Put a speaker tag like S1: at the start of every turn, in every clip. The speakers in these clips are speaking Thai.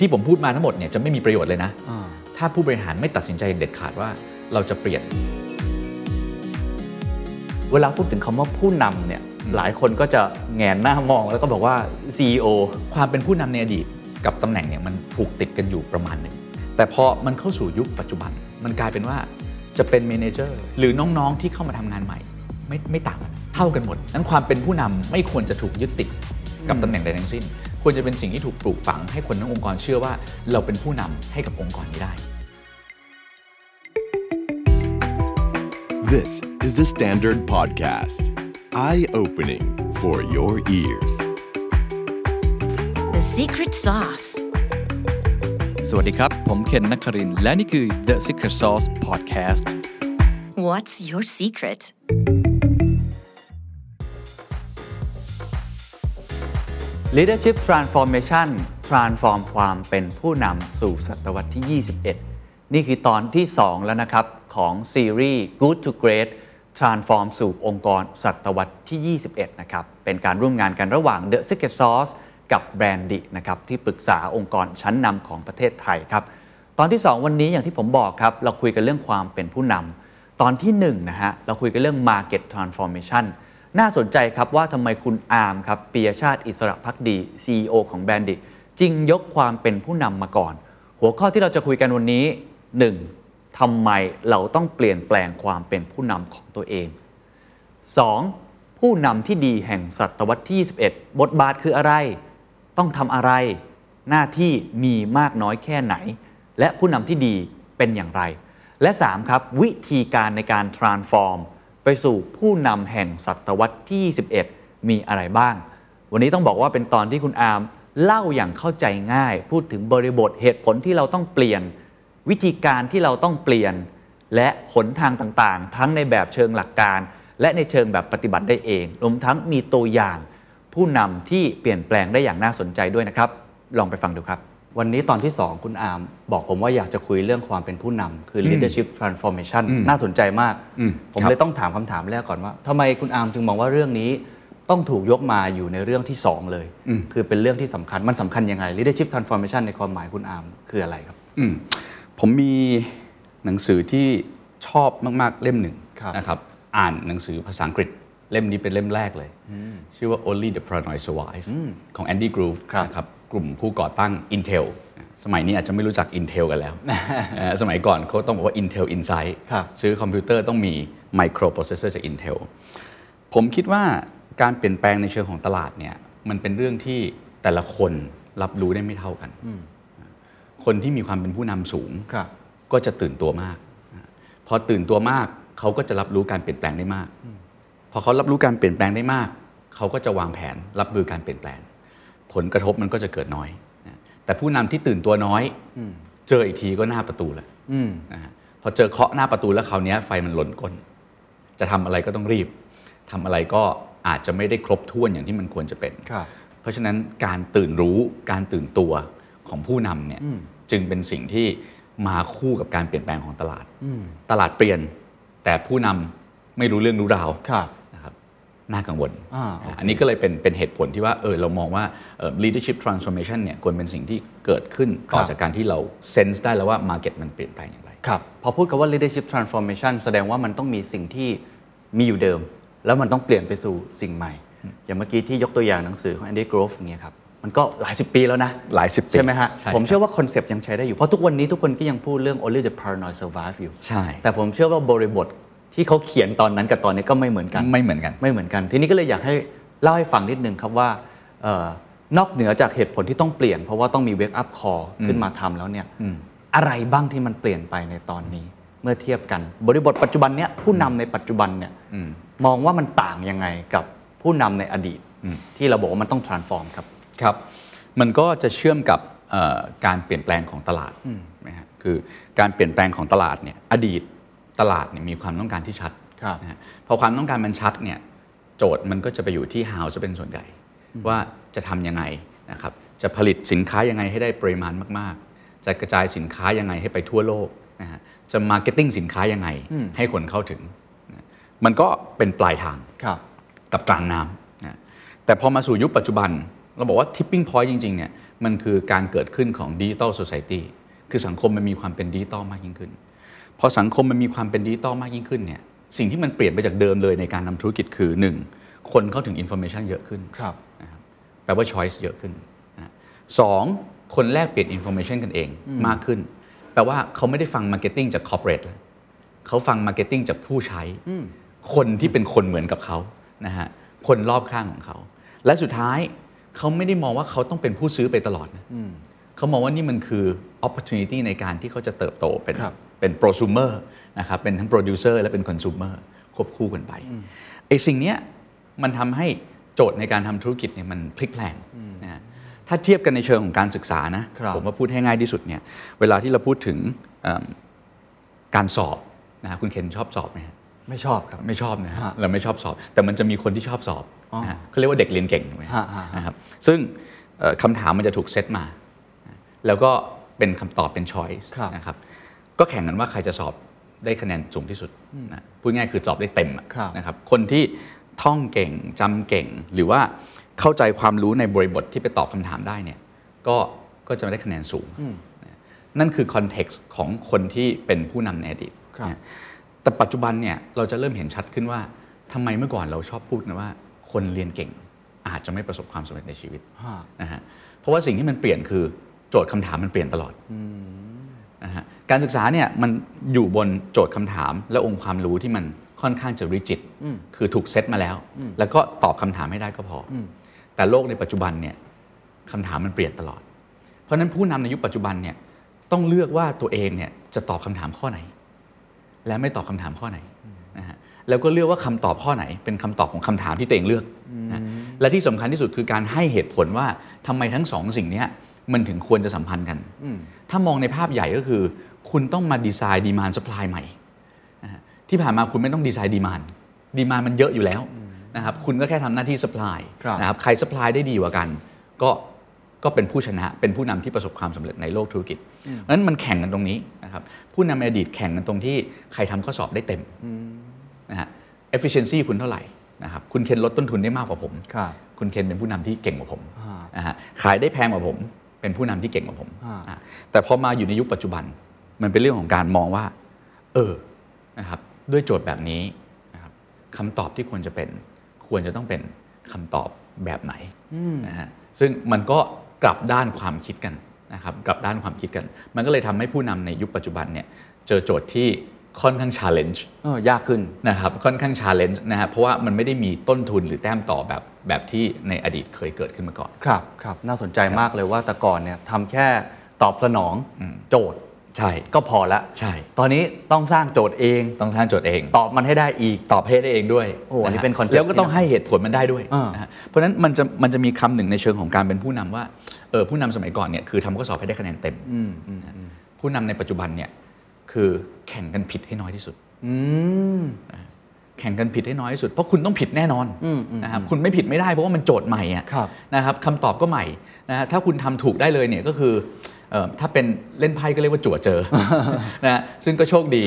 S1: ที่ผมพูดมาทั้งหมดเนี่ยจะไม่มีประโยชน์เลยนะ
S2: อ่า
S1: ถ้าผู้บริหารไม่ตัดสินใจเด็ดขาดว่าเราจะเปลี่ยน
S2: เวลาพูดถึงคำว่าผู้นำเนี่ยหลายคนก็จะแงนหน้ามองแล้วก็บอกว่า CEO
S1: ความเป็นผู้นำในอดีตกับตำแหน่งเนี่ยมันผูกติดกันอยู่ประมาณหนึ่ง แต่พอมันเข้าสู่ยุคปัจจุบัน มันกลายเป็นว่าจะเป็นเมเนเจอร์หรือน้องๆที่เข้ามาทำงานใหม่ ไม่ไม่ต่างกันเท่ากันหมดนั้นความเป็นผู้นำไม่ควรจะถูกยึดติดกับตำแหน่งใดทั้งสิ้น ควรจะเป็นสิ่งที่ถูกปลูกฝังให้คนทั้งองค์กรเชื่อว่าเราเป็นผู้นำให้กับองค์กรนี้ได้
S3: This is the Standard Podcast. Eye opening for your ears.
S4: The secret sauce.
S5: สวัสดีครับ ผมเคนนักครินทร์และนี่คือ The Secret Sauce Podcast
S4: What's your secret?
S2: ์ Leadership Transformation Transform ความเป็นผู้นำสู่ศตวรรษที่ 21 นี่คือตอนที่ 2 แล้วนะครับ ของซีรีส์ Good to Great Transform สู่องค์กรศตวรรษที่ 21 นะครับ เป็นการร่วมงานกันระหว่าง The Secret Sauce กับแบรนดินะครับ ที่ปรึกษาองค์กรชั้นนำของประเทศไทยครับ ตอนที่ 2 วันนี้อย่างที่ผมบอกครับ เราคุยกันเรื่องความเป็นผู้นำตอนที่1นะฮะเราคุยกันเรื่อง Market Transformation น่าสนใจครับว่าทำไมคุณอาร์มครับปียชาติอิสระพักดี CEO ของแบรนดิจึงยกความเป็นผู้นำมาก่อน หัวข้อที่เราจะคุยกันวันนี้ 1. ทำไมเราต้องเปลี่ยนแปลงความเป็นผู้นำของตัวเอง 2. ผู้นำที่ดีแห่งศตวรรษที่ 21 บทบาทคืออะไร ต้องทำอะไร หน้าที่มีมากน้อยแค่ไหน และผู้นำที่ดีเป็นอย่างไร และ 3 ครับ วิธีการในการ transform ไปสู่ผู้นำแห่งศตวรรษที่ 21 มีอะไรบ้าง วันนี้ต้องบอกว่าเป็นตอนที่คุณอาร์มเล่าอย่างเข้าใจง่าย พูดถึงบริบทเหตุผลที่เราต้องเปลี่ยน วิธีการที่เราต้องเปลี่ยน และหนทางต่างๆ ทั้งในแบบเชิงหลักการ และในเชิงแบบปฏิบัติได้เองรวมทั้งมีตัวอย่าง ผู้นำที่เปลี่ยนแปลงได้อย่างน่าสนใจด้วยนะครับ ลองไปฟังดูครับ
S6: วันนี้ตอนที่ 2 คุณอาร์มบอกผมว่าอยากจะคุยเรื่องความเป็นผู้นำคือ leadership transformation น่าสนใจมาก
S1: อืม
S6: ผม
S1: ครับ
S6: เลยต้องถามคำถามแรกก่อนว่าทำไมคุณอาร์มจึงมองว่าเรื่องนี้ ต้องถูกยกมาอยู่ในเรื่องที่ 2 เลย คือเป็นเรื่องที่สำคัญมันสำคัญยังไง leadership transformation ในความหมายคุณอาร์มคืออะไรครับ
S7: อืมผมมีหนังสือที่ชอบมาก ๆ เล่มหนึ่ง
S6: ครับ
S7: นะครับ อ่านหนังสือภาษาอังกฤษ เล่มนี้เป็นเล่มแรกเลย ชื่อว่า Only the Paranoid Survive ของ Andy Grove นะครับกลุ่มผู้ก่อตั้ง Intel สมัยนี้อาจจะไม่รู้จัก Intel กันแล้ว เอ่อสมัยก่อนเขาต้องบอกว่า Intel Insight
S6: ครับ
S7: ซื้อคอมพิวเตอร์ต้องมี Microprocessor จาก Intel ผมคิดว่าการเปลี่ยนแปลงในเชิงของตลาดเนี่ยมันเป็นเรื่องที่แต่ละคนรับรู้ได้ไม่เท่ากัน คนที่มีความเป็นผู้นำสูง
S6: ครับ
S7: ก็จะตื่นตัวมาก พอตื่นตัวมากเขาก็จะรับรู้การเปลี่ยนแปลงได้มาก พอเขารับรู้การเปลี่ยนแปลงได้มาก เขาก็จะวางแผนรับมือการเปลี่ยนแปลง ผลกระทบมันก็จะเกิดน้อยนะแต่ผู้นำที่ตื่นตัวน้อย เจออีกทีก็หน้าประตูแหละ
S6: อืม
S7: นะฮะพอเจอเคาะหน้าประตูแล้วคราวเนี้ยไฟมันหล่นก้น จะทำอะไรก็ต้องรีบทำอะไรก็อาจจะไม่ได้ครบถ้วนอย่างที่มันควรจะเป็น
S6: ครับ
S7: เพราะฉะนั้นการตื่นรู้การตื่นตัวของผู้นำเนี่ยจึงเป็นสิ่งที่มาคู่กับการเปลี่ยนแปลงของตลาด ตลาดเปลี่ยนแต่ผู้นำไม่รู้เรื่องรู้ราว
S6: ครับ
S7: นะครับน่ากังวล
S6: อ่าโอเค
S7: นนี้ก็เลยเป็นเป็นเหตุผลที่ว่าเออเรามองว่าเอ่อ leadership transformation เนี่ยควรเป็นสิ่งที่เกิดขึ้นต่อจากการที่เรา sense ได้แล้วว่า market มันเปลี่ยนแปลงอย่างไร
S6: ครับ พอพูดคำว่า leadership transformation แสดงว่ามันต้องมีสิ่งที่มีอยู่เดิม แล้วมันต้องเปลี่ยนไปสู่สิ่งใหม่ อย่างเมื่อกี้ที่ยกตัวอย่างหนังสือของ Andy Grove อย่างเงี้ยครับ มันก็หลายสิบปีแล้วนะ
S7: หลายสิบปี
S6: ใช่ไหมฮะ
S7: ใช่ครับ
S6: ผมเชื่อว่าคอนเซปต์ยังใช้ได้อยู่ เพราะทุกวันนี้ทุกคนก็ยังพูดเรื่อง only the paranoid survive อยู่
S7: ใช่
S6: แต่ผมเชื่อว่าบริบทที่เขาเขียนตอนนั้นกับตอนนี้ก็ไม่เหมือนกัน
S7: ไม่เหมือนกัน
S6: ไม่เหมือนกัน ทีนี้ก็เลยอยากให้เล่าให้ฟังนิดนึงครับว่าเออนอกเหนือจากเหตุผลที่ต้องเปลี่ยน เพราะว่าต้องมีเวกอัพคอขึ้นมาทำแล้วเนี่ยอะไรบ้างที่มันเปลี่ยนไปในตอนนี้ เมื่อเทียบกัน บริบทปัจจุบันเนี่ยผู้นำในปัจจุบันเนี่ยมองว่ามันต่างยังไงกับผู้นำในอดีต ที่เราบอกว่ามันต้อง transform ครับ
S7: ครับ มันก็จะเชื่อมกับเอ่อการเปลี่ยนแปลงของตลาดนะฮะคือการเปลี่ยนแปลงของตลาดเนี่ยอดีตตลาดเนี่ยมีความต้องการที่ชัด
S6: ครับ
S7: นะฮะพอความต้องการมันชัดเนี่ยโจทย์มันก็จะไปอยู่ที่ how จะเป็นส่วนใหญ่ ว่าจะทำยังไงนะครับจะผลิตสินค้ายังไงให้ได้ปริมาณมากๆ จะกระจายสินค้ายังไงให้ไปทั่วโลกนะฮะจะมาร์เก็ตติ้งสินค้ายังไงให้คนเข้าถึงนะมันก็เป็นปลายทาง
S6: ครับ
S7: กับกลางน้ำนะแต่พอมาสู่ยุคปัจจุบัน เราบอกว่าทิปปิ้งพอยต์จริงๆเนี่ย มันคือการเกิดขึ้นของดิจิ t a ล s ซ c i ตี้คือสังคมมันมีความเป็นดิจิตอลมากยิ่งขึ้น พอสังคมมันมีความเป็นดิจิตอลมากยิ่งขึ้นเนี่ยสิ่งที่มันเปลี่ยนไปจากเดิมเลยในการทำธุรกิจคือ 1. คนเข้าถึงอินโฟเมชันเยอะขึ้น
S6: ครับ
S7: แปลว่า choice เยอะขึ้นนะสองคนแลกเปลี่ยน information กันเองมากขึ้น แปลว่าเขาไม่ได้ฟัง marketing จาก corporate แล้วเขาฟัง marketing จากผู้ใช้ คนที่เป็นคนเหมือนกับเขานะฮะคนรอบข้างของเขา และสุดท้ายเขาไม่ได้มองว่าเขาต้องเป็นผู้ซื้อไปตลอดนะเขามองว่านี่มันคือ opportunity ในการที่เขาจะเติบโตเป็น
S6: ครับ
S7: เป็น prosumer นะครับเป็นทั้ง producer และเป็น consumer ควบคู่กันไปไอ้สิ่งเนี้ย มันทำให้โจทย์ในการทำธุรกิจเนี่ยมันพลิกแพลงนะฮะถ้าเทียบกันในเชิงของการศึกษานะ
S6: ครับ
S7: ผมว่าพูดให้ง่ายที่สุดเนี่ยเวลาที่เราพูดถึงเอิ่มการสอบนะฮะคุณเคนชอบสอบไหมฮะ
S6: ไม่ชอบครับ
S7: ไม่ชอบนะฮะ
S6: ฮะ
S7: เราไม่ชอบสอบ แต่มันจะมีคนที่ชอบสอบ
S6: อ๋อ
S7: นะฮะเขาเรียกว่าเด็กเรียนเก่งถูกไหม
S6: ฮะฮะฮะ
S7: นะครับซึ่งเอ่อคำถามมันจะถูกเซตมานะแล้วก็เป็นคำตอบเป็น choice นะครับก็แข่งกันว่าใครจะสอบได้คะแนนสูงที่สุดนะพูดง่ายคือสอบได้เต็มอะ
S6: ครับ
S7: นะครับคนที่ท่องเก่งจำเก่ง หรือว่าเข้าใจความรู้ในบริบทที่ไปตอบคำถามได้เนี่ยก็ก็จะได้คะแนนสูงนะนั่นคือคอนเท็กซ์ของคนที่เป็นผู้นำในอดีต
S6: ครับ
S7: นะแต่ปัจจุบันเนี่ยเราจะเริ่มเห็นชัดขึ้นว่าทำไมเมื่อก่อนเราชอบพูดกันว่า คนเรียนเก่งอาจจะไม่ประสบความสำเร็จในชีวิต
S6: ฮะ
S7: นะฮะเพราะว่าสิ่งที่มันเปลี่ยนคือโจทย์คำถามมันเปลี่ยนตลอดนะฮะการศึกษาเนี่ยมันอยู่บนโจทย์คำถาม และองค์ความรู้ที่มันค่อนข้างจะริจิต คือถูกเซตมาแล้ว แล้วก็ตอบคำถามให้ได้ก็พออแต่โลกในปัจจุบันเนี่ยคำถามมันเปลี่ยนตลอด เพราะฉะนั้นผู้นำในยุคปัจจุบันเนี่ยต้องเลือกว่าตัวเองเนี่ยจะตอบคำถามข้อไหน และไม่ตอบคำถามข้อไหนนะฮะแล้วก็เลือกว่าคำตอบข้อไหน เป็นคำตอบของคำถามที่ตัวเองเลือกนะและที่สำคัญที่สุดคือการให้เหตุผลว่าทำไมทั้งสองสิ่งเนี้ยมันถึงควรจะสัมพันธ์กัน ถ้ามองในภาพใหญ่ก็คือ คุณต้องมาดีไซน์ดีมานสป라이ใหม่นะฮะที่ผ่านมาคุณไม่ต้องดีไซน์ดีมานดีมานมันเยอะอยู่แล้วนะครับคุณก็แค่ทำหน้าที่สป라이
S6: ครับ
S7: นะครับใครสป라이ได้ดีกว่ากัน ก็ก็เป็นผู้ชนะเป็นผู้นำที่ประสบความสำเร็จในโลกธุรกิจเพราะฉะนั้นมันแข่งกันตรงนี้นะครับผู้นำในอดีตแข่งกันตรงที่ใครทำข้อสอบได้เต็มนะฮะ efficiency คุณเท่าไหร่นะครับคุณเคนลดต้นทุนได้มากกว่าผม
S6: ครับ
S7: คุณเคนเป็นผู้นำที่เก่งกว่าผม
S6: อ่า
S7: นะฮะขายได้แพงกว่าผม เป็นผู้นำที่เก่งกว่าผม
S6: อ่า
S7: อ่ะแต่พอมาอยู่ในยุคปัจจุบัน มันเป็นเรื่องของการมองว่า เออนะครับด้วยโจทย์แบบนี้นะครับคำตอบที่ควรจะเป็น ควรจะต้องเป็นคำตอบแบบไหนนะฮะซึ่งมันก็กลับด้านความคิดกันนะครับกลับด้านความคิดกัน มันก็เลยทำให้ผู้นำในยุคปัจจุบันเนี่ยเจอโจทย์ที่ค่อนข้างชาเลนจ์
S6: เออยากขึ้น
S7: นะครับค่อนข้างชาเลนจ์นะครับเพราะว่ามันไม่ได้มีต้นทุนหรือแต้มต่อแบบแบบที่ในอดีตเคยเกิดขึ้นมาก่อน
S6: ครับครับน่าสนใจมากเลยว่าแต่ก่อนเนี่ยทำแค่ตอบสนองโจทย์
S7: ใช่
S6: ก็พอละ
S7: ใช่
S6: ตอนนี้ต้องสร้างโจทย์เอง
S7: ต้องสร้างโจทย์เอง
S6: ตอบมันให้ได้อีก
S7: ตอบให้ได้เองด้วย
S6: โอ้อัน
S7: ะ
S6: นี้
S7: ฮะ
S6: เป็น concept
S7: แล้วก็ต้องให้เหตุผลมันได้ด้วย
S6: อ่าน
S7: นะฮะเพราะฉะนั้นมันจะมันจะมีคำหนึ่งในเชิงของการเป็นผู้นำว่าเออผู้นำสมัยก่อนเนี่ยคือทำข้อสอบให้ได้คะแนนเต็มนะฮะผู้นำในปัจจุบันเนี่ยคือแข่งกันผิดให้น้อยที่สุด
S6: อืม
S7: แข่งกันผิดให้น้อยที่สุด เพราะคุณต้องผิดแน่นอนนะครับคุณไม่ผิดไม่ได้เพราะว่ามันโจทย์ใหม่อะ
S6: ครับ
S7: นะครับคำตอบก็ใหม่นะฮะถ้าคุณทำถูกได้เลยเนี่ยก็คือเอ่อถ้าเป็นเล่นไพ่ก็เรียกว่าจั่วเจอ นะฮะซึ่งก็โชคดี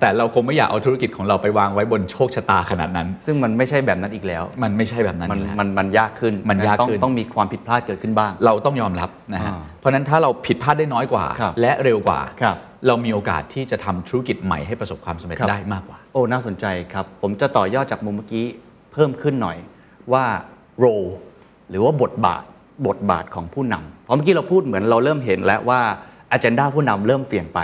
S7: แต่เราคงไม่อยากเอาธุรกิจของเราไปวางไว้บนโชคชะตาขนาดนั้น
S6: ซึ่งมันไม่ใช่แบบนั้นอีกแล้ว
S7: มันไม่ใช่แบบนั้น
S6: มัน
S7: อยู่แล้ว
S6: มันมันยากขึ้น
S7: มันยาก
S6: ต้อง
S7: ขึ้น
S6: ต้องมีความผิดพลาดเกิดขึ้นบ้าง
S7: เราต้องยอมรับนะฮะ
S6: อ่า
S7: เพราะฉะนั้นถ้าเราผิดพลาดได้น้อยกว่า
S6: ครับ
S7: และเร็วกว่า
S6: ครับ
S7: เรามีโอกาสที่จะทำธุรกิจใหม่ให้ประสบความสำเร็จได้มากกว่า
S6: โอ้น่าสนใจครับ ผมจะต่อยอดจากมุมเมื่อกี้เพิ่มขึ้นหน่อยว่า role หรือว่าบทบาทบทบาทของผู้นำเพราะเมื่อกี้เราพูดเหมือนเราเริ่มเห็นแล้วว่า agenda ผู้นำเริ่มเปลี่ยนไป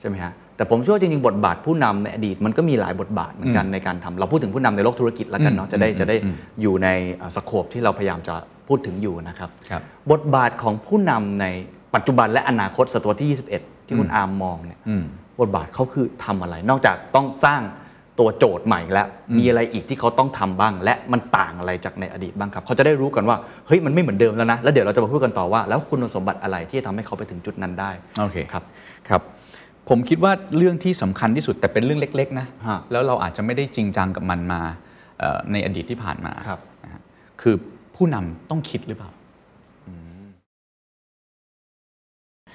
S6: ใช่ไหมฮะแต่ผมเชื่อว่าจริงๆ บทบาทผู้นำในอดีตมันก็มีหลายบทบาทเหมือนกันในการทำเราพูดถึงผู้นำในโลกธุรกิจแล้วกันเนาะจะได้จะได้อยู่ในสโคปที่เราพยายามจะพูดถึงอยู่นะครับ
S7: ครับ
S6: บทบาทของผู้นำในปัจจุบันและอนาคตศตวรรษที่ 21 ที่คุณอาร์มมองเนี่ยบทบาทเขาคือทำอะไร นอกจากต้องสร้างตัวโจทย์ใหม่แล้ว มีอะไรอีกที่เขาต้องทำบ้าง และมันต่างอะไรจากในอดีตบ้างครับ เขาจะได้รู้กันว่าเฮ้ยมันไม่เหมือนเดิมแล้วนะ แล้วเดี๋ยวเราจะมาพูดกันต่อว่า แล้วคุณสมบัติอะไรที่จะทำให้เขาไปถึงจุดนั้นได้
S7: โอเค
S6: ครับ
S7: ครับ ผมคิดว่าเรื่องที่สำคัญที่สุดแต่เป็นเรื่องเล็ก ๆ นะ
S6: ฮะ
S7: แล้วเราอาจจะไม่ได้จริงจังกับมันมาเอ่อในอดีตที่ผ่านมา
S6: ครับ
S7: นะฮะคือผู้นำต้องคิดหรือเปล่า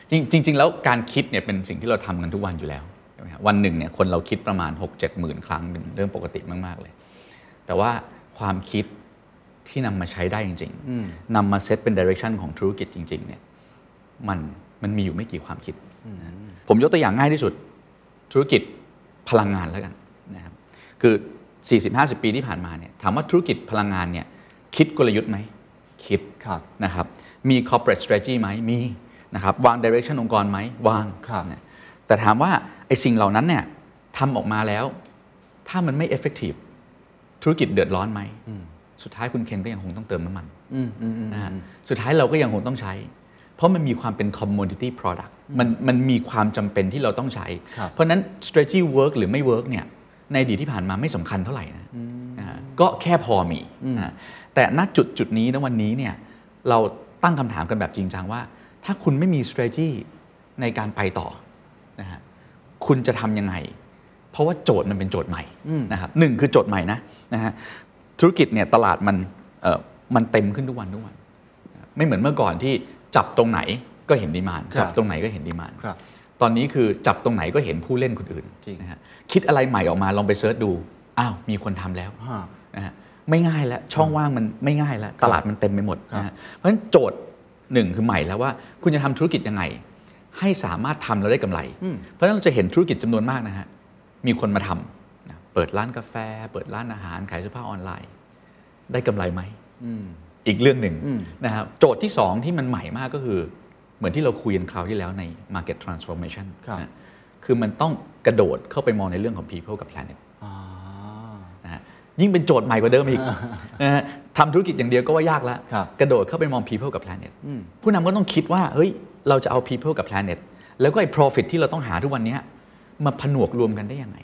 S7: จริงจริง ๆ แล้วการคิดเนี่ยเป็นสิ่งที่เราทำกันทุกวันอยู่แล้วใช่ไหมฮะวันหนึ่งเนี่ยคนเราคิดประมาณ 6 7 0 0 0 0 ครั้งเป็นเรื่องปกติมาก ๆ เลย แต่ว่าความคิดที่นำมาใช้ได้จริง ๆนำมาเซตเป็นดิเรกชันของธุรกิจจริง ๆ เนี่ย มันมันมีอยู่ไม่กี่ความคิดนะผมยกตัวอย่างง่ายที่สุด ธุรกิจพลังงานแล้วกันนะครับคือ 40-50 ปีที่ผ่านมาเนี่ยถามว่าธุรกิจพลังงานเนี่ยคิดกลยุทธ์ไหม คิด
S6: ครับ
S7: นะครับมี corporate strategy ไหมมีนะครับวาง direction องค์กรไหมวาง
S6: ครับ
S7: นะแต่ถามว่าไอ้สิ่งเหล่านั้นเนี่ยทำออกมาแล้ว ถ้ามันไม่ effective ธุรกิจเดือดร้อนไหม สุดท้ายคุณเคนก็ยังคงต้องเติมน้ำมันนะฮะสุดท้ายเราก็ยังคงต้องใช้ เพราะมันมีความเป็น commodity product มันมันมีความจำเป็นที่เราต้องใช้
S6: ครับ
S7: เพราะฉะนั้น strategy work หรือไม่ work เนี่ยในอดีตที่ผ่านมาไม่สำคัญเท่าไหร่นะนะฮะก็แค่พอมีนะแต่ณจุดจุดนี้นะวันนี้เนี่ยเราตั้งคำถามกันแบบจริงจังว่า ถ้าคุณไม่มี strategy ในการไปต่อนะฮะคุณจะทำยังไง เพราะว่าโจทย์มันเป็นโจทย์ใหม่นะครับหนึ่งคือโจทย์ใหม่นะนะฮะธุรกิจเนี่ยตลาดมันเอ่อมันเต็มขึ้นทุกวันทุกวัน ไม่เหมือนเมื่อก่อนที่จับตรงไหนก็เห็นดีมาน
S6: ครับ
S7: จับตรงไหนก็เห็นดีมาน
S6: ครับ
S7: ตอนนี้คือจับตรงไหนก็เห็นผู้เล่นคนอื่น
S6: จริง
S7: นะฮะคิดอะไรใหม่ออกมาลองไปเซิร์ชดูอ้าวมีคนทำแล้ว
S6: ฮะ
S7: นะฮะไม่ง่ายแล้วช่องว่างมันไม่ง่ายแล้วตลาดมันเต็มไปหมด
S6: ครับ
S7: นะฮะเพราะฉะนั้นโจทย์หนึ่งคือใหม่แล้วว่า คุณจะทำธุรกิจยังไง ให้สามารถทำแล้วได้กำไร เพราะฉะนั้นเราจะเห็นธุรกิจจำนวนมากนะฮะมีคนมาทำนะเปิดร้านกาแฟ เปิดร้านอาหารขายเสื้อผ้าออนไลน์ ได้กำไรไหม อีกเรื่องหนึ่งนะครับโจทย์ที่ 2 ที่มันใหม่มากก็คือ เหมือนที่เราคุยกันคราวที่แล้วใน market transformation
S6: ครับ
S7: นะคือมันต้องกระโดดเข้าไปมองในเรื่องของ people กับ planet นะฮะยิ่งเป็นโจทย์ใหม่กว่าเดิมอีกนะฮะทำธุรกิจอย่างเดียวก็ว่ายากแล้ว
S6: ครับ
S7: กระโดดเข้าไปมอง people กับ planet ผู้นำก็ต้องคิดว่าเฮ้ยเราจะเอา people กับ planet แล้วก็ไอ้ profit ที่เราต้องหาทุกวันเนี้ยมาผนวกรวมกันได้ยังไง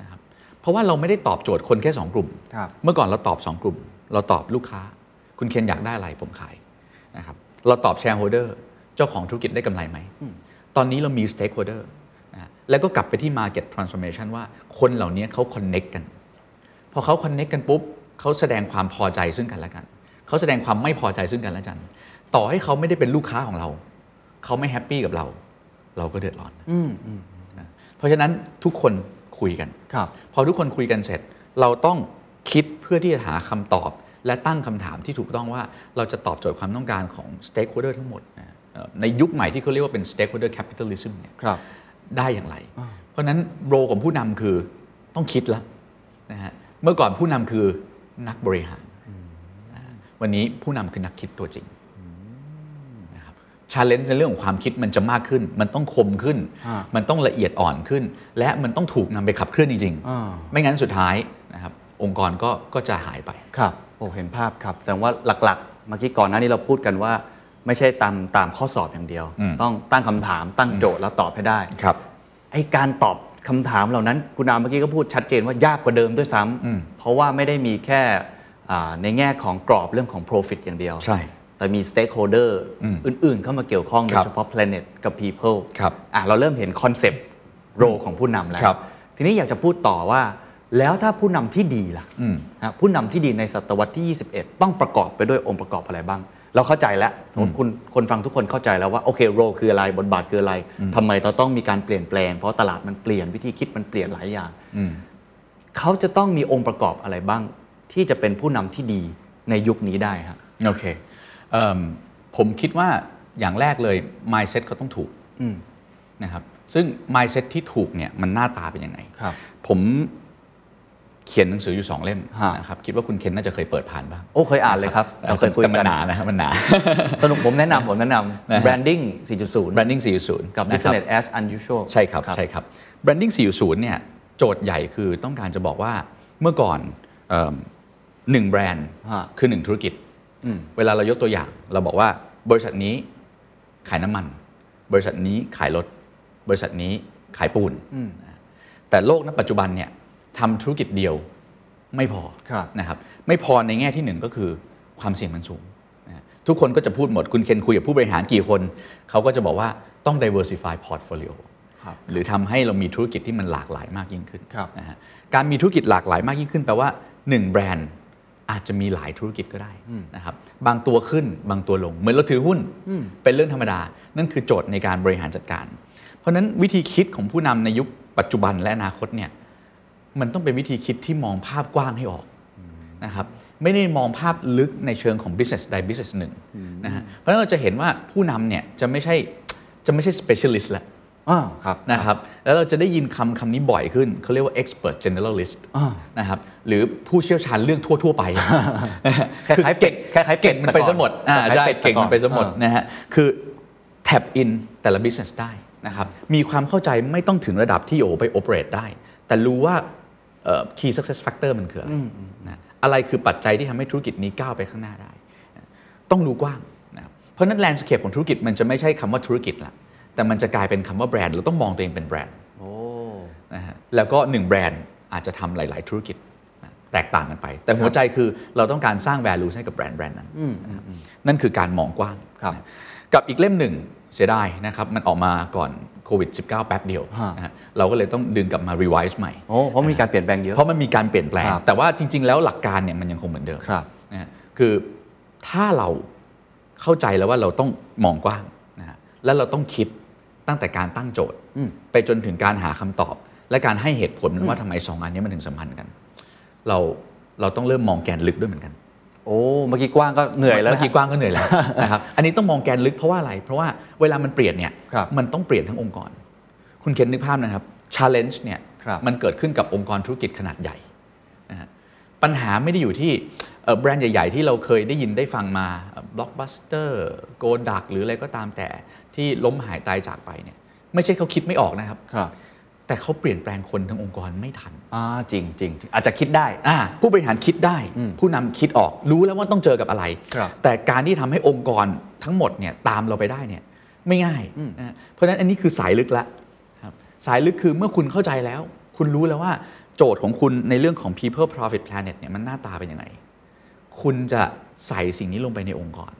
S7: นะครับเพราะว่าเราไม่ได้ตอบโจทย์คนแค่สองกลุ่ม
S6: ครับ
S7: เมื่อก่อนเราตอบ 2 กลุ่ม เราตอบลูกค้า คุณเคนอยากได้อะไรผมขายนะครับเราตอบแชร์โฮเดอร์เจ้าของธุรกิจได้กำไรไหม ตอนนี้เรามีสเต็กโฮเดอร์นะแล้วก็กลับไปที่ Market Transformation ว่าคนเหล่านี้เขา Connect กัน พอเขา Connect กันปุ๊บเขาแสดงความพอใจซึ่งกันและกัน เขาแสดงความไม่พอใจซึ่งกันและกัน ต่อให้เขาไม่ได้เป็นลูกค้าของเรา เขาไม่แฮปปี้กับเรา เราก็เดือดร้อนนะเพราะฉะนั้นทุกคนคุยกัน
S6: ครับ
S7: พอทุกคนคุยกันเสร็จ เราต้องคิดเพื่อที่จะหาคำตอบ และตั้งคำถามที่ถูกต้องว่าเราจะตอบโจทย์ความต้องการของ stakeholder ทั้งหมดนะเอ่อในยุคใหม่ที่เขาเรียกว่าเป็น stakeholder capitalism เนี่ย
S6: ครับ
S7: ได้อย่างไร เพราะฉะนั้นโรของผู้นำคือต้องคิดแล้วนะฮะเมื่อก่อนผู้นำคือนักบริหารนะฮะวันนี้ผู้นำคือนักคิดตัวจริง ชาเลนจ์ในเรื่องของความคิดมันจะมากขึ้น มันต้องคมขึ้น
S6: อ่ามั
S7: มันต้องละเอียดอ่อนขึ้น และมันต้องถูกนำไปขับเคลื่อนจริง
S6: อ่า
S7: ๆ ไม่งั้นสุดท้ายนะครับองค์กรก็ก็จะหายไป
S6: ครับโอ้เห็นภาพครับ แสดงว่าหลักๆ เมื่อกี้ก่อนหน้านี้เราพูดกันว่า ไม่ใช่ตามตามข้อสอบอย่างเดียว
S7: อืม
S6: ต้องตั้งคำถามตั้งโจทย์แล้วตอบให้ได้
S7: ครับ
S6: ไอการตอบคำถามเหล่านั้นคุณอาเมื่อกี้ก็พูดชัดเจนว่ายากกว่าเดิมด้วยซ้ำ
S7: อืม
S6: เพราะว่าไม่ได้มีแค่อ่าในแง่ของกรอบเรื่องของ profit อย่างเดียว
S7: ใช่
S6: แต่มี stakeholder
S7: อืม
S6: อื่นๆ เข้ามาเกี่ยวข้อง
S7: ค
S6: โด
S7: รับ
S6: ยเฉพาะ planet กับ people
S7: ครับ
S6: อ่ะเราเริ่มเห็นคอนเซปต์โรของผู้นำแล้ว
S7: ครับ
S6: ทีนี้อยากจะพูดต่อว่า แล้วถ้าผู้นำที่ดีล่ะ
S7: อืม
S6: นะผู้นำที่ดีในศตวรรษที่ 21 ต้องประกอบไปด้วยองค์ประกอบอะไรบ้าง เราเข้าใจแล้วสมมติคุณคนฟังทุกคนเข้าใจแล้วว่าโอเคโรคืออะไรบทบาทคืออะไรทำไมเราต้องมีการเปลี่ยนแปลง เพราะตลาดมันเปลี่ยนวิธีคิดมันเปลี่ยนหลายอย่างเขาจะต้องมีองค์ประกอบอะไรบ้าง ที่จะเป็นผู้นำที่ดีในยุคนี้ได้ครับ
S7: โอเคเอิ่มผมคิดว่าอย่างแรกเลย mindset เขาต้องถูก
S6: อืม
S7: นะครับซึ่ง mindset ที่ถูกเนี่ยมันหน้าตาเป็นยังไง
S6: ครับ
S7: ผมเขียนหนังสืออยู่สองเล่ม
S6: ฮะ
S7: นะครับคิดว่าคุณเคนน่าจะเคยเปิดผ่านบ้าง
S6: โอ้เคยอ่านเลยครับเราเคยคุย
S7: แต่มั
S6: กัน
S7: นหนานะมันหนา
S6: สนุกผมแนะนำผมแนะน
S7: นะฮะ
S6: ำ branding 4.0
S7: branding 4.0
S6: กับ
S7: นะครับ
S6: business as unusual
S7: ใช่ครับใช่ครับ branding 4.0เนี่ยโจทย์ใหญ่คือต้องการจะบอกว่าเมื่อก่อนเอิ่มหนึ่งแบรนด์
S6: ฮะ
S7: คือหนึ่งธุรกิจ
S6: อืม
S7: เวลาเรายกตัวอย่าง เราบอกว่าบริษัทนี้ขายน้ำมัน บริษัทนี้ขายรถ บริษัทนี้ขายปูนนะแต่โลกณปัจจุบันเนี่ยทำธุรกิจเดียวไม่พอ
S6: ครับ
S7: นะครับไม่พอในแง่ที่หนึ่งก็คือความเสี่ยงมันสูงนะทุกคนก็จะพูดหมดคุณเคนคุยกับผู้บริหารกี่คน เขาก็จะบอกว่าต้อง diversify portfolio
S6: ครับ
S7: หรือทำให้เรามีธุรกิจที่มันหลากหลายมากยิ่งขึ้น
S6: ครับ
S7: นะฮะการมีธุรกิจหลากหลายมากยิ่งขึ้นแปลว่า 1 แบรนด์อาจจะมีหลายธุรกิจก็ได้นะครับบางตัวขึ้นบางตัวลง เหมือนเราถือหุ้นเป็นเรื่องธรรมดา นั่นคือโจทย์ในการบริหารจัดการ เพราะฉะนั้นวิธีคิดของผู้นำในยุคปัจจุบันและอนาคตเนี่ยมันต้องเป็นวิธีคิดที่มองภาพกว้างให้ออกนะครับ ไม่ได้มองภาพลึกในเชิงของ business ใด business หนึ่งนะฮะเพราะฉะนั้นเราจะเห็นว่าผู้นำเนี่ยจะไม่ใช่จะไม่ใช่ specialist แล้ว
S6: อ่าครับ
S7: นะครับแล้วเราจะได้ยินคำคำนี้บ่อยขึ้นเขาเรียกว่า expert generalist
S6: อ่า
S7: นะครับหรือผู้เชี่ยวชาญเรื่องทั่ว ๆ ไป
S6: คล้ายๆเป็ด
S7: คล้ายๆเป็ดมันไปซะหมดอ่า
S6: คล้ายๆ
S7: ใช่
S6: เป็ดแต่ก่อน
S7: เก่งมันไปซะหมด
S6: อ่าน
S7: นะฮะคือ tap in แต่ละ business ได้นะครับมีความเข้าใจไม่ต้องถึงระดับที่โอไป operate ได้ แต่รู้ว่าเอ่อ key success factor มันคืออะไรนะอะไรคือปัจจัยที่ทำให้ธุรกิจนี้ก้าวไปข้างหน้าได้ ต้องรู้กว้างนะครับเพราะฉะนั้นแลนด์สเคปของธุรกิจมันจะไม่ใช่คำว่าธุรกิจละแต่มันจะกลายเป็นคำว่าแบรนด์เราต้องมองตัวเองเป็นแบรนด์นะฮะแล้วก็หนึ่งแบรนด์อาจจะทำหลาย ๆ ธุรกิจนะแตกต่างกันไป แต่หัวใจคือเราต้องการสร้าง value ให้กับแบรนด์แบรนด์นั้นนะครับนั่นคือการมองกว้าง
S6: ครับ
S7: นะกับอีกเล่มหนึ่งเสียดายนะครับมันออกมาก่อนโควิด 19 แป๊บเดียว
S6: ฮะ
S7: นะฮะเราก็เลยต้องดึงกลับมา revise ใหม่
S6: โอ้เพราะมีการเปลี่ยนแปลงเยอะ
S7: เพราะมันมีการเปลี่ยนแปลง
S6: ครับ
S7: แต่ว่าจริง ๆ แล้วหลักการเนี่ยมันยังคงเหมือนเดิม
S6: ครับ
S7: นะฮะคือถ้าเราเข้าใจแล้วว่าเราต้องมองกว้างนะฮะแล้วเราต้องคิดตั้งแต่การตั้งโจทย์
S6: อืม
S7: ไปจนถึงการหาคำตอบ และการให้เหตุผลว่าทำไมสองอันนี้มันถึงสัมพันธ์กัน เราเราต้องเริ่มมองแกนลึกด้วยเหมือนกัน
S6: โอ้เมื่อกี้กว้างก็เหนื่อยแล้ว
S7: เมื่อกี้
S6: นะ
S7: กว้างก็เหนื่อยแล้ว นะครับ อันนี้ต้องมองแกนลึกเพราะว่าอะไร เพราะว่าเวลามันเปลี่ยนเนี่ย
S6: ครับ
S7: มันต้องเปลี่ยนทั้งองค์กร คุณเคนนึกภาพนะครับ challenge เนี่ย
S6: ครับ
S7: มันเกิดขึ้นกับองค์กรธุรกิจขนาดใหญ่นะฮะปัญหาไม่ได้อยู่ที่เอ่อแบรนด์ใหญ่ ๆ ที่เราเคยได้ยินได้ฟังมา blockbuster Kodak หรืออะไรก็ตามแต่ที่ล้มหายตายจากไปเนี่ย ไม่ใช่เขาคิดไม่ออกนะครับ
S6: ครับ
S7: แต่เขาเปลี่ยนแปลงคนทั้งองค์กรไม่ทัน
S6: อ่าจริงจริงจริงอาจจะคิดได้
S7: อ่าผู้บริหารคิดได้ผู้นำคิดออกรู้แล้วว่าต้องเจอกับอะไร
S6: ครับ
S7: แต่การที่ทำให้องค์กรทั้งหมดเนี่ยตามเราไปได้เนี่ยไม่ง่ายนะฮะเพราะฉะนั้นอันนี้คือสายลึกละครับสายลึกคือเมื่อคุณเข้าใจแล้ว คุณรู้แล้วว่าโจทย์ของคุณในเรื่องของ people profit planet เนี่ยมันหน้าตาเป็นยังไง คุณจะใส่สิ่งนี้ลงไปในองค์กร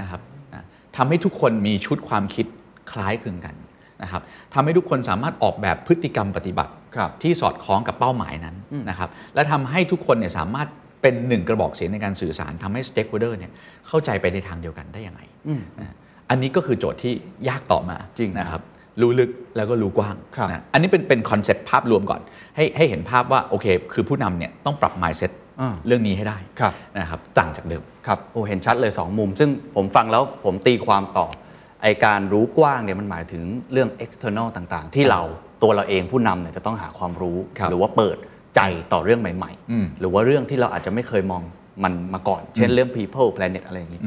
S7: นะครับนะทำให้ทุกคนมีชุดความคิดคล้ายคลึงกันนะครับทำให้ทุกคนสามารถออกแบบพฤติกรรมปฏิบัติ
S6: ครับ
S7: ที่สอดคล้องกับเป้าหมายนั้นนะครับและทำให้ทุกคนเนี่ยสามารถเป็นหนึ่งกระบอกเสียงในการสื่อสารทำให้ stakeholder เนี่ยเข้าใจไปในทางเดียวกันได้ยังไงนะอันนี้ก็คือโจทย์ที่ยากต่อมา
S6: จริง
S7: นะครับ รู้ลึกแล้วก็รู้กว้าง
S6: ครับ
S7: นะอันนี้เป็นเป็นคอนเซ็ปต์ภาพรวมก่อน ให้ให้เห็นภาพว่า โอเค คือผู้นำเนี่ยต้องปรับ mindset เรื่องนี้ให้ได้นะครับต่างจากเดิม
S6: ครับโอ้เห็นชัดเลย 2 มุม ซึ่งผมฟังแล้วผมตีความต่อไอการรู้กว้างเนี่ยมันหมายถึงเรื่อง external ต่างๆ ที่เราตัวเราเองผู้นำเนี่ยจะต้องหาความรู้
S7: ครับ
S6: หรือว่าเปิดใจต่อเรื่องใหม่
S7: อืม
S6: ๆ หรือว่าเรื่องที่เราอาจจะไม่เคยมองมันมาก่อน เช่นเรื่อง people planet อะไรอย่างนี้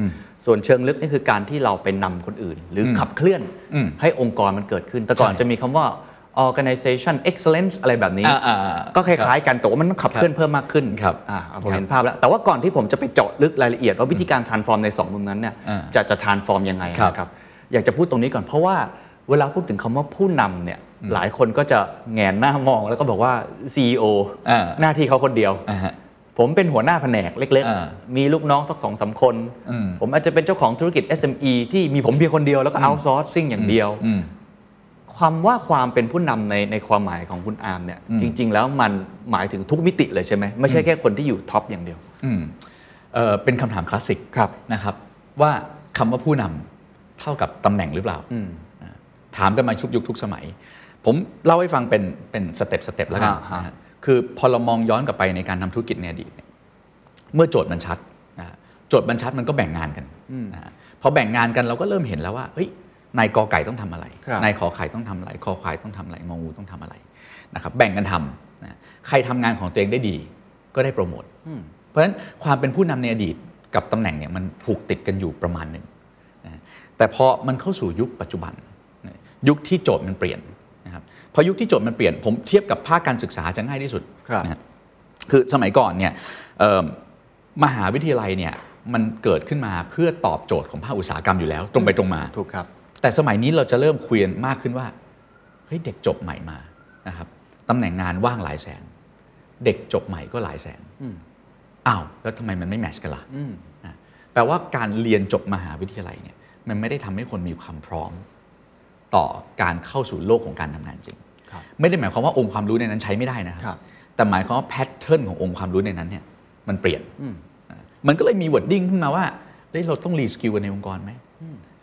S6: ส่วนเชิงลึกนี่คือการที่เราไปนำคนอื่น หรืออขับเคลื่อน
S7: อืม
S6: ให้องค์กรมันเกิดขึ้น แต่ก่อน
S7: ใช่
S6: จะมีคำว่า organization excellence อะไรแบบนี้
S7: อ่าๆๆ
S6: ก็คล้ายๆกันแต่ว่ามันต้องขับเคลื่อนเพิ่มมากขึ้น
S7: ครับ
S6: อ่าผ
S7: ค
S6: ม
S7: รับ
S6: เห็น ภาพแล้วแต่ว่าก่อนที่ผมจะไปเจาะลึกรายละเอียดว่าวิธีการ transform ใน 2 มุมนั้นเนี่ย
S7: อ่า
S6: จะจะ transform ยังไง
S7: ครับ
S6: นะครับอยากจะพูดตรงนี้ก่อนเพราะว่าเวลาพูดถึงคำว่าผู้นำเนี่ยหลายคนก็จะแงนหน้ามองแล้วก็บอกว่า CEO
S7: อ่า
S6: หน้าที่เขาคนเดียว
S7: อ่าฮะ
S6: ผมเป็นหัวหน้าแผนกเล็ก
S7: อ่า
S6: มีลูกน้องสักสองสามคน
S7: อืม
S6: ผมอาจจะเป็นเจ้าของธุรกิจ SME ที่มีผมเพียงคนเดียวแล้วก็ outsourcing อย่างเดียว
S7: อืม
S6: ความว่าความเป็นผู้นำในในความหมายของคุณอาร์มเนี่ยจริง ๆ แล้วมันหมายถึงทุกมิติเลยใช่ไหมไม่ใช่แค่คนที่อยู่ท็อปอย่างเดียว
S7: อืมเอ่อเป็นคำถามคลาสสิก
S6: ครับ
S7: นะครับ ว่าคำว่าผู้นำเท่ากับตำแหน่งหรือเปล่า
S6: อืม
S7: อ่าถามกันมาทุกยุคทุกสมัย ผมเล่าให้ฟังเป็นเป็นสเต็ปสเต็ปแล้วกัน
S6: อ่าฮะ
S7: นะฮะคือพอเรามองย้อนกลับไปในการทำธุรกิจในอดีตเนี่ยเมื่อโจทย์มันชัดนะฮะโจทย์มันชัดมันก็แบ่งงานกันนะฮะพอแบ่งงานกันเราก็เริ่มเห็นแล้วว่าเฮ้ยนายกอไก่ต้องทำอะไร
S6: ครับ
S7: นายขอไข่ต้องทำอะไรคอควายต้องทำอะไรงองูต้องทำอะไรนะครับแบ่งกันทำนะใครทำงานของตัวเองได้ดีก็ได้โปรโมท เพราะฉะนั้นความเป็นผู้นำในอดีตกับตำแหน่งเนี่ยมันผูกติดกันอยู่ประมาณหนึ่งนะแต่พอมันเข้าสู่ยุคปัจจุบันนะยุคที่โจทย์มันเปลี่ยนนะครับพอยุคที่โจทย์มันเปลี่ยน ผมเทียบกับภาคการศึกษาจะง่ายที่สุด
S6: ครับ
S7: นะคือสมัยก่อนเนี่ยเอิ่มมหาวิทยาลัยเนี่ยมันเกิดขึ้นมาเพื่อตอบโจทย์ของภาคอุตสาหกรรมอยู่แล้ว ตรงไปตรงมา
S6: ถูกครับ
S7: แต่สมัยนี้เราจะเริ่มคุยกันมากขึ้นว่าเฮ้ยเด็กจบใหม่มานะครับตำแหน่งงานว่างหลายแสน เด็กจบใหม่ก็หลายแสนอ้าวแล้วทำไมมันไม่แมทชกันละ
S6: อืม
S7: ่ะแปลว่าการเรียนจบมหาวิทยาลัยเนี่ยมันไม่ได้ทำให้คนมีความพร้อม ต่อการเข้าสู่โลกของการทำงานจริง
S6: ครับ
S7: ไม่ได้หมายความว่าองค์ความรู้ในนั้นใช้ไม่ได้นะครับ
S6: ครับ
S7: แต่หมายความว่าแพทเทิร์นขององค์ความรู้ในนั้นเนี่ยมันเปลี่ยนอ่ะมันก็เลยมีวอร์ดดิ้งขึ้นมาว่าเฮ้ยเราต้องรีสกิลกันในองค์กรไหม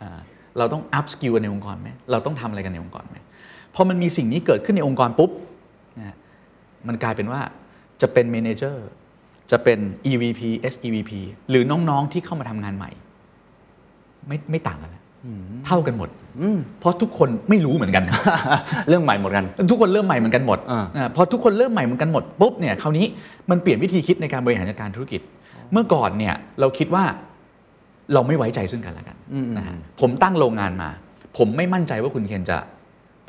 S7: อ่าเราต้องอัพสกิลกันในองค์กรไหมเราต้องทำอะไรกันในองค์กรไหมพอมันมีสิ่งนี้เกิดขึ้นในองค์กรปุ๊บนะฮะมันกลายเป็นว่าจะเป็นเมเนเจอร์ จะเป็น EVP SEVP หรือน้องๆที่เข้ามาทำงานใหม่ ไม่ไม่ต่างกันแล้วเท่ากันหมดเพราะทุกคนไม่รู้เหมือน กันนะ
S6: เรื่องใหม่หมดกัน
S7: ทุกคนเริ่มใหม่เหมือนกันหมด
S6: อ่า
S7: าพอทุกคนเริ่มใหม่เหมือนกันหมดปุ๊บเนี่ยคราวนี้มันเปลี่ยนวิธีคิดในการบริหารจัดการธุรกิจ เมื่อก่อนเนี่ยเราคิดว่าเราไม่ไว้ใจซึ่งกันและกันนะฮะผมตั้งโรงงานมา ผมไม่มั่นใจว่าคุณเคนจะ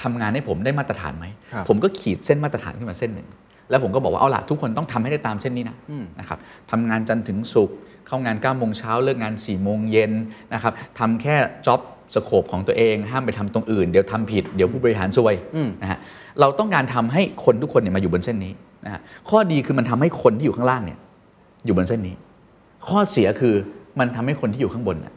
S7: ทำงานให้ผมได้มาตรฐานไหม ผมก็ขีดเส้นมาตรฐานขึ้นมาเส้นหนึ่ง แล้วผมก็บอกว่าเอาล่ะทุกคนต้องทำให้ได้ตามเส้นนี้นะนะครับทำงานจันทร์ถึงศุกร์เข้างาน9ก้าโมงเช้าเลิกงาน4ี่โมงเย็นนะครับทำแค่จ็อบสโคปของตัวเองห้ามไปทำตรงอื่น เดี๋ยวทำผิดเดี๋ยวผู้บริหารซวยนะฮะเราต้องการทำให้คนทุกคนเนี่ยมาอยู่บนเส้นนี้นะฮะข้อดีคือมันทำให้คนที่อยู่ข้างล่างเนี่ยอยู่บนเส้นนี้ ข้อเสียคือมันทำให้คนที่อยู่ข้างบนน่ะ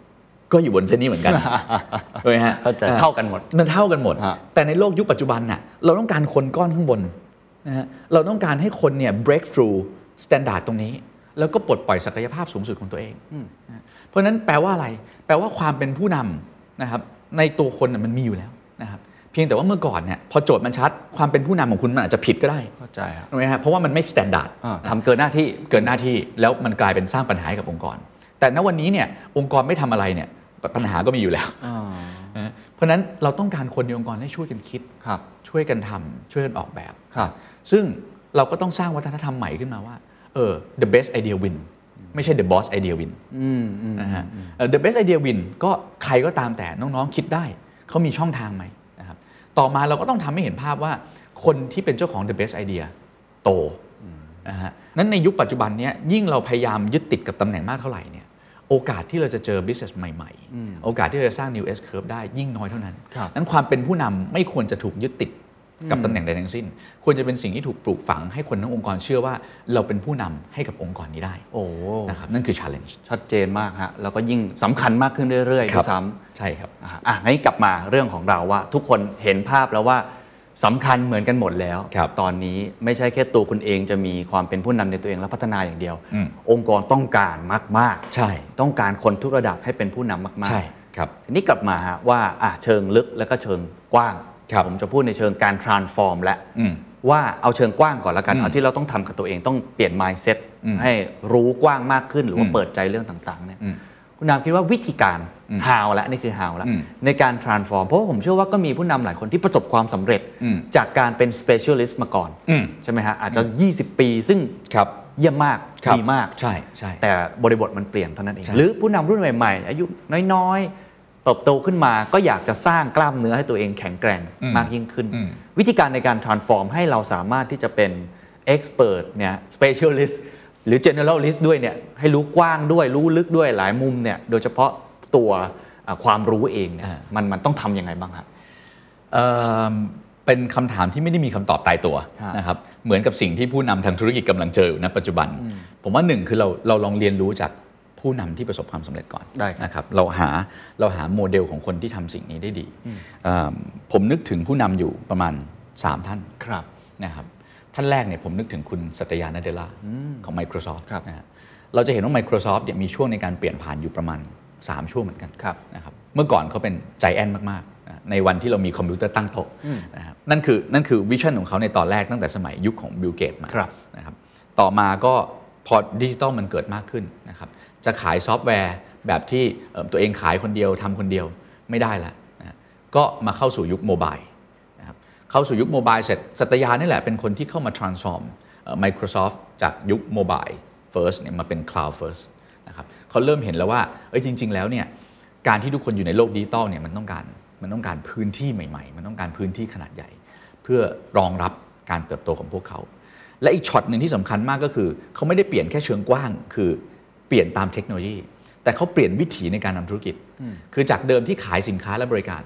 S7: ก็อยู่บนเส้นนี้เหมือนกัน เลยฮะ
S6: เข้าใจเท่ากันหมด
S7: มันเท่ากันหมด
S6: ฮะ
S7: แต่ในโลกยุคปัจจุบันน่ะเราต้องการคนก้อนข้างบนนะฮะเราต้องการให้คนเนี่ย break through standard ตรงนี้ แล้วก็ปลดปล่อยศักยภาพสูงสุดของตัวเองนะฮะเพราะฉะนั้นแปลว่าอะไร แปลว่าความเป็นผู้นำนะครับในตัวคนน่ะมันมีอยู่แล้วนะครับเพียงแต่ว่าเมื่อก่อนเนี่ยพอโจทย์มันชัดความเป็นผู้นำของคุณมันอาจจะผิดก็ได้
S6: เข้าใจครับ
S7: ถูกไหมฮะเพราะว่ามันไม่ standard
S6: อ่าทำเกินหน้าที่
S7: เกินหน้าที่แล้วมันกลายเป็นสร้างปัญหาให้กับองค์กร แต่ณวันนี้เนี่ยองค์กรไม่ทำอะไรเนี่ยปัญหาก็มีอยู่แล้วนะเพราะฉะนั้นเราต้องการคนในองค์กรให้ช่วยกันคิด
S6: ครับ
S7: ช่วยกันทำช่วยกันออกแบบ
S6: ครับ
S7: ซึ่งเราก็ต้องสร้างวัฒนธรรมใหม่ขึ้นมาว่าเออ the best idea win ไม่ใช่ the boss idea win
S6: อืมอืม
S7: นะฮะเอ่อ the best idea win ก็ใครก็ตามแต่น้องๆคิดได้ เขามีช่องทางไหมนะครับต่อมาเราก็ต้องทำให้เห็นภาพว่าคนที่เป็นเจ้าของ the best idea โตนะฮะนั้นในยุคปัจจุบันเนี้ยยิ่งเราพยายามยึดติดกับตำแหน่งมากเท่าไหร่เนี่ยโอกาสที่เราจะเจอ business ใหม่ๆ โอกาสที่เราจะสร้าง new S curve ได้ยิ่งน้อยเท่านั้น
S6: ครับ
S7: นั้นความเป็นผู้นำไม่ควรจะถูกยึดติดกับตำแหน่งใดทั้งสิ้น ควรจะเป็นสิ่งที่ถูกปลูกฝังให้คนทั้งองค์กรเชื่อว่าเราเป็นผู้นำให้กับองค์กรนี้ได้
S6: โอ้โห
S7: นะครับนั่นคือ challenge
S6: ชัดเจนมากฮะแล้วก็ยิ่งสำคัญมากขึ้นเรื่อยๆ
S7: ครับ
S6: ด้วยซ้ำ
S7: ใช่ครับ
S6: อ่ะอ่ะงั้นกลับมาเรื่องของเราว่า ทุกคนเห็นภาพแล้วว่าสำคัญเหมือนกันหมดแล้ว
S7: ครับ
S6: ตอนนี้ไม่ใช่แค่ตัวคุณเองจะมีความเป็นผู้นำในตัวเองและพัฒนาอย่างเดียว
S7: อืม
S6: องค์กรต้องการมาก
S7: ใช่
S6: ๆ ต้องการคนทุกระดับให้เป็นผู้นำมาก
S7: ใช่ครับ
S6: ๆทีนี้กลับมาฮะว่าอ่ะเชิงลึกแล้วก็เชิงกว้าง
S7: ครับ
S6: ผมจะพูดในเชิงการ transform และ
S7: อืม
S6: ว่าเอาเชิงกว้างก่อนละกัน
S7: อืม
S6: เอาที่เราต้องทำกับตัวเองต้องเปลี่ยน mindset
S7: อืม
S6: ให้รู้กว้างมากขึ้นหรือว่า
S7: อืม
S6: เปิดใจเรื่องต่างๆเนี่ย
S7: อืม
S6: คุณนามคิดว่าวิธีการ how ละนี่คือ how ละ
S7: อืม
S6: ในการ transform เพราะว่าผมเชื่อว่าก็มีผู้นำหลายคนที่ประสบความสำเร็จ
S7: อืม
S6: จากการเป็น specialist มาก่อน
S7: อืม
S6: ใช่ไหมฮะ อาจจะ 20 ปี ซึ่ง
S7: ครับ
S6: เยี่ยมมาก
S7: ครับ
S6: ดีมาก
S7: ใช่ใช่
S6: แต่บริบทมันเปลี่ยนเท่านั้นเอง
S7: ใช่
S6: หรือผู้นำรุ่นใหม่ๆ อายุน้อยๆเติบโตขึ้นมาก็อยากจะสร้างกล้ามเนื้อให้ตัวเองแข็งแกร่ง
S7: อืม
S6: มากยิ่งขึ้น
S7: อืม
S6: วิธีการในการ transform ให้เราสามารถที่จะเป็น expert เนี่ย specialist หรือ generalist ด้วยเนี่ยให้รู้กว้างด้วยรู้ลึกด้วยหลายมุมเนี่ยโดยเฉพาะตัวอ่าความรู้เองเนี่ย
S7: อ่ามั
S6: มันมันต้องทำยังไงบ้างครับ
S7: เอิ่มเป็นคำถามที่ไม่ได้มีคำตอบตายตัว
S6: ฮะ
S7: นะครับเหมือนกับสิ่งที่ผู้นำทางธุรกิจกำลังเจออยู่ณปัจจุบัน ผมว่าหนึ่งคือเราเราลองเรียนรู้จากผู้นำที่ประสบความสำเร็จก่อน
S6: ได้ครับ
S7: นะครับเราหาเราหาโมเดลของคนที่ทำสิ่งนี้ได้ดีเอิ่มผมนึกถึงผู้นำอยู่ประมาณ 3 ท่าน
S6: ครับ
S7: นะครับท่านแรกเนี่ยผมนึกถึงคุณสัตยานาเดลาของ Microsoft
S6: ครับ
S7: นะฮะเราจะเห็นว่า Microsoft เนี่ยมีช่วงในการเปลี่ยนผ่านอยู่ประมาณ 3 ช่วงเหมือนกัน
S6: ครับ
S7: นะครับเมื่อก่อนเขาเป็นใจแอนมากๆนะในวันที่เรามีคอมพิวเตอร์ตั้งโต๊ะนะครับนั่นคือนั่นคือวิชั่นของเขาในตอนแรกตั้งแต่สมัยยุคของบิลเกตมา
S6: ครับ
S7: นะครับต่อมาก็พอดิจิตอลมันเกิดมากขึ้นนะครับจะขายซอฟต์แวร์แบบที่เอิ่มตัวเองขายคนเดียวทำคนเดียวไม่ได้ละนะก็มาเข้าสู่ยุคโมบาย นะครับเข้าสู่ยุคโมบายเสร็จสัตยานี่แหละเป็นคนที่เข้ามา transform เอ่อ Microsoft จากยุคโมบาย first เนี่ยมาเป็น cloud first นะครับเขาเริ่มเห็นแล้วว่าเอ้ยจริง ๆ แล้วเนี่ยการที่ทุกคนอยู่ในโลกดิจิตอลเนี่ยมันต้องการมันต้องการพื้นที่ใหม่ ๆ มันต้องการพื้นที่ขนาดใหญ่ เพื่อรองรับการเติบโตของพวกเขา และอีกช็อตหนึ่งที่สำคัญมากก็คือ เขาไม่ได้เปลี่ยนแค่เชิงกว้าง คือเปลี่ยนตามเทคโนโลยี แต่เขาเปลี่ยนวิถีในการทำธุรกิจ คือจากเดิมที่ขายสินค้าและบริการ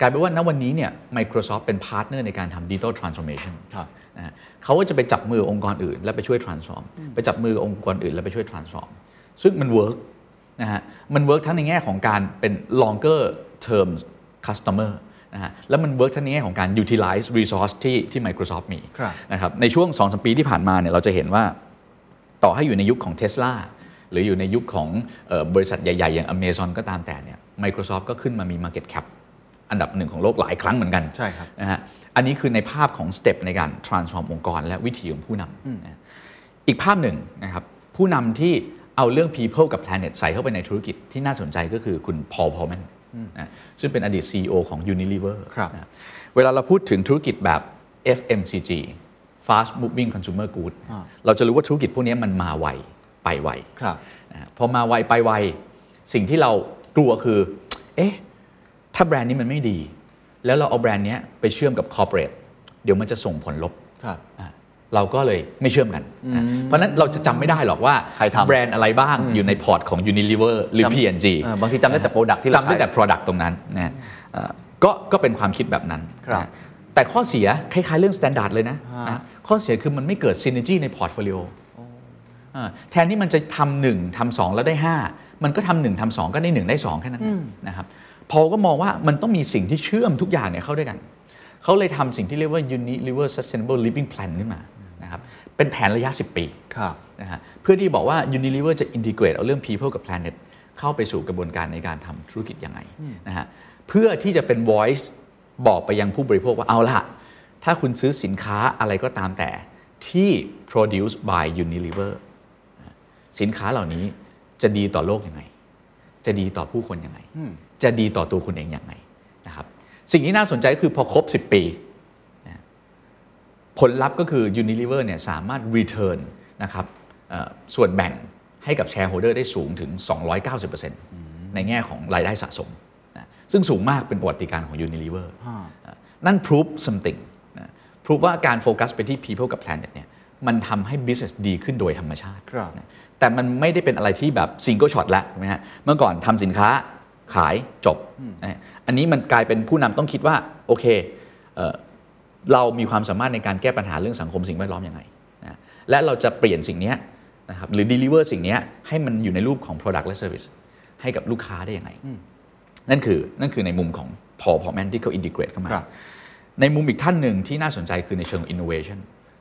S7: กลายเป็นว่าณวันนี้เนี่ย Microsoft เป็นพาร์ทเนอร์ในการทำดิจิ t a ลทรานส์ o r m a t i o n
S6: ครับ
S7: นะฮะเขาก็จะไปจับมือองค์กรอื่น แล้วไปช่วย transform ไปจับมือองค์กรอื่น แล้วไปช่วย transform ซึ่งมันเวิร์กนะฮะมันเวิร์กทั้งในแง่ของการเป็น longer term customer นะฮะแล้วมันเวิร์กทั้งในแง่ของการ utilize resource ที่ที่ Microsoft มี
S6: ครับ
S7: นะครับในช่วง2อสปีที่ผ่านมาเนี่ยเราจะเห็นว่า ต่อให้อยู่ในยุคของ Tesla หรืออยู่ในยุคของเออบริษัทใหญ่ ๆ อย่าง Amazon ก็ตามแต่เนี่ย Microsoft ก็ขึ้นมามี Market Cap อันดับหนึ่งของโลกหลายครั้งเหมือนกัน
S6: ใช่ครับ
S7: นะฮะอันนี้คือในภาพของสเต็ปในการ transform องค์กร และวิธีของผู้นำนะฮะอีกภาพหนึ่งนะครับ ผู้นำที่เอาเรื่อง people กับ planet ใส่เข้าไปในธุรกิจที่น่าสนใจก็คือคุณพอลพอลแมนนะซึ่งเป็นอดีต CEO ของ Unilever
S6: ครับ
S7: นะเวลาเราพูดถึงธุรกิจแบบ FMCG fast moving consumer goods
S6: อ่า
S7: เราจะรู้ว่าธุรกิจพวกนี้มันมาไวไปไว
S6: ครับ
S7: นะฮะพอมาไวไปไว สิ่งที่เรากลัวคือ เอ๊ะ ถ้าแบรนด์นี้มันไม่ดี แล้วเราเอาแบรนด์เนี้ยไปเชื่อมกับคอร์เปอเรทเดี๋ยวมันจะส่งผลลบ
S6: ครับ
S7: อ่ะเราก็เลยไม่เชื่อมกันนะเพราะฉะนั้นเราจะจำไม่ได้หรอกว่า
S6: ใครทำ
S7: แบรนด์อะไรบ้างอยู่ในพอร์ตของ Unilever หรือ
S6: จำ
S7: P&G
S6: เออบางทีจำได้แต่ product ที่เรา
S7: จำได้แต่
S6: ใช้
S7: product ตรงนั้นนะเอ่อก็ก็เป็นความคิดแบบนั้น
S6: ครับ
S7: นะแต่ข้อเสียคล้ายๆเรื่อง standard เลยนะ
S6: ฮะ
S7: นะข้อเสียคือมันไม่เกิด synergy ในพอร์ตโฟลิโอาแทนที่มันจะทำหนึ่งทำสองแล้วได้ 5 มันก็ทำหนึ่งทำสองก็ได้ 1 ได้ 2 แค่นั้นนะครับพอก็มองว่ามันต้องมีสิ่งที่เชื่อมทุกอย่างเนี่ยเข้าด้วยกัน เขาเลยทำสิ่งที่เรียกว่า Unilever Sustainable Living Plan ขึ้นมานะครับเป็นแผนระยะ 10 ปี
S6: ครับ
S7: นะฮะเพื่อที่บอกว่า Unilever จะ integrate เอาเรื่อง people กับ planet เข้าไปสู่กระบวนการในการทำธุรกิจยังไงนะฮะเพื่อที่จะเป็น voice บอกไปยังผู้บริโภคว่าเอาล่ะ ถ้าคุณซื้อสินค้าอะไรก็ตามแต่ที่ produce by Unilever นะฮะสินค้าเหล่านี้จะดีต่อโลกยังไง จะดีต่อผู้คนยังไง จะดีต่อตัวคุณเองยังไงนะครับสิ่งที่น่าสนใจก็คือพอครบ 10 ปี ผลลัพธ์ก็คือ Unilever เนี่ยสามารถ return นะครับเอ่อส่วนแบ่งให้กับ shareholder ได้สูงถึง 290%ในแง่ของรายได้สะสมนะซึ่งสูงมากเป็นประวัติการณ์ของ Unilever อ่ะนั่น proof something นะ proof ว่าการโฟกัสไปที่ people กับ planet เนี่ยมันทำให้ business ดีขึ้นโดยธรรมชาติ
S6: ครับ
S7: นะแต่มันไม่ได้เป็นอะไรที่แบบ single shot ละนะฮะเมื่อก่อนทำสินค้าขายจบนะฮะอันนี้มันกลายเป็นผู้นำต้องคิดว่าโอเคเอ่อ เรามีความสามารถในการแก้ปัญหาเรื่องสังคมสิ่งแวดล้อมยังไงนะและเราจะเปลี่ยนสิ่งเนี้ยนะครับหรือ deliver สิ่งเนี้ยให้มันอยู่ในรูปของ product และ service ให้กับลูกค้าได้ยังไง นั่นคือนั่นคือในมุมของพอพอแมนที่เขา integrate เข้ามา
S6: ครับ
S7: ในมุมอีกท่านหนึ่งที่น่าสนใจคือในเชิง innovation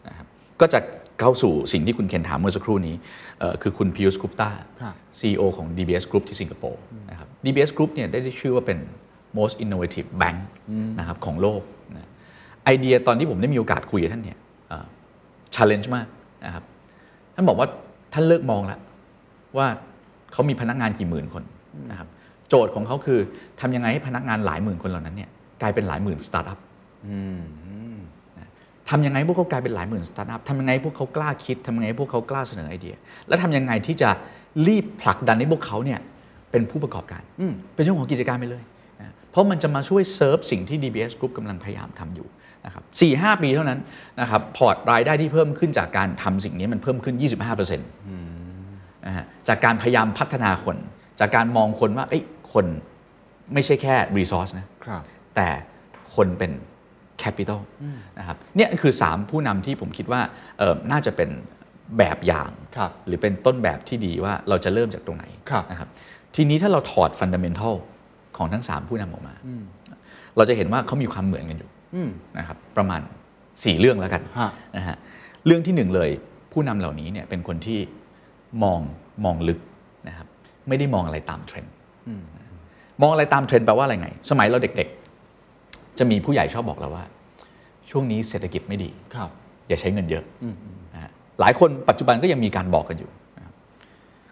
S7: นะครับก็จะเข้าสู่สิ่งที่คุณเคนถามเมื่อสักครู่นี้เอ่อคือคุณพิวส์คุปตา
S6: ครับ
S7: CEO ของ DBS Group ที่สิงคโปร์นะครับ DBS Group เนี่ยได้ชื่อว่าเป็น most innovative bank นะครับของโลกนะไอเดียตอนที่ผมได้มีโอกาสคุยกับท่านเนี่ยเอ่อ challenge มากนะครับท่านบอกว่าท่านเลิกมองแล้ว ว่าเขามีพนักงานกี่หมื่นคนนะครับโจทย์ของเขาคือทำยังไงให้พนักงานหลายหมื่นคนเหล่านั้นเนี่ยกลายเป็นหลายหมื่นสตาร์ทอัพ ทำยังไงพวกเขากลายเป็นหลายหมื่นสตาร์ทอัพทำยังไงพวกเขากล้าคิดทำยังไงพวกเขากล้าเสนอไอเดีย และทำยังไงที่จะรีบผลักดันให้พวกเขาเนี่ยเป็นผู้ประกอบการ เป็นเจ้าของกิจการไปเลยนะเพราะมันจะมาช่วยเซิร์ฟสิ่งที่ DBS Group กำลังพยายามทำอยู่นะครับสี่ห้าปีเท่านั้นนะครับพอร์ตรายได้ที่เพิ่มขึ้นจากการทำสิ่งนี้มันเพิ่มขึ้น 25% นะฮะจากการพยายามพัฒนาคน จากการมองคนว่าเอ้ยคนไม่ใช่แค่รีซอสนะ
S6: ครับ
S7: แต่คนเป็นแคปิตอลนะครับเนี่ยคือ 3 ผู้นำที่ผมคิดว่าเอ่อน่าจะเป็นแบบอย่าง
S6: ครับ
S7: หรือเป็นต้นแบบที่ดีว่าเราจะเริ่มจากตรงไหน
S6: ครับ
S7: นะครับทีนี้ถ้าเราถอดฟันดัมเบลทัลของทั้ง 3 ผู้นำออกมา เราจะเห็นว่าเขามีความเหมือนกันอยู่
S6: อืม
S7: นะครับประมาณ 4 เรื่องแล้วกัน
S6: ฮะ
S7: นะฮะเรื่องที่หนึ่งเลยผู้นำเหล่านี้เนี่ยเป็นคนที่มองมองลึกนะครับไม่ได้มองอะไรตามเทรนด์ มองอะไรตามเทรนด์แปลว่าอะไรไง สมัยเราเด็กๆ จะมีผู้ใหญ่ชอบบอกเราว่า ช่วงนี้เศรษฐกิจไม่ดี
S6: ครับ
S7: อย่าใช้เงินเยอะนะฮะหลายคนปัจจุบันก็ยังมีการบอกกันอยู่นะครับ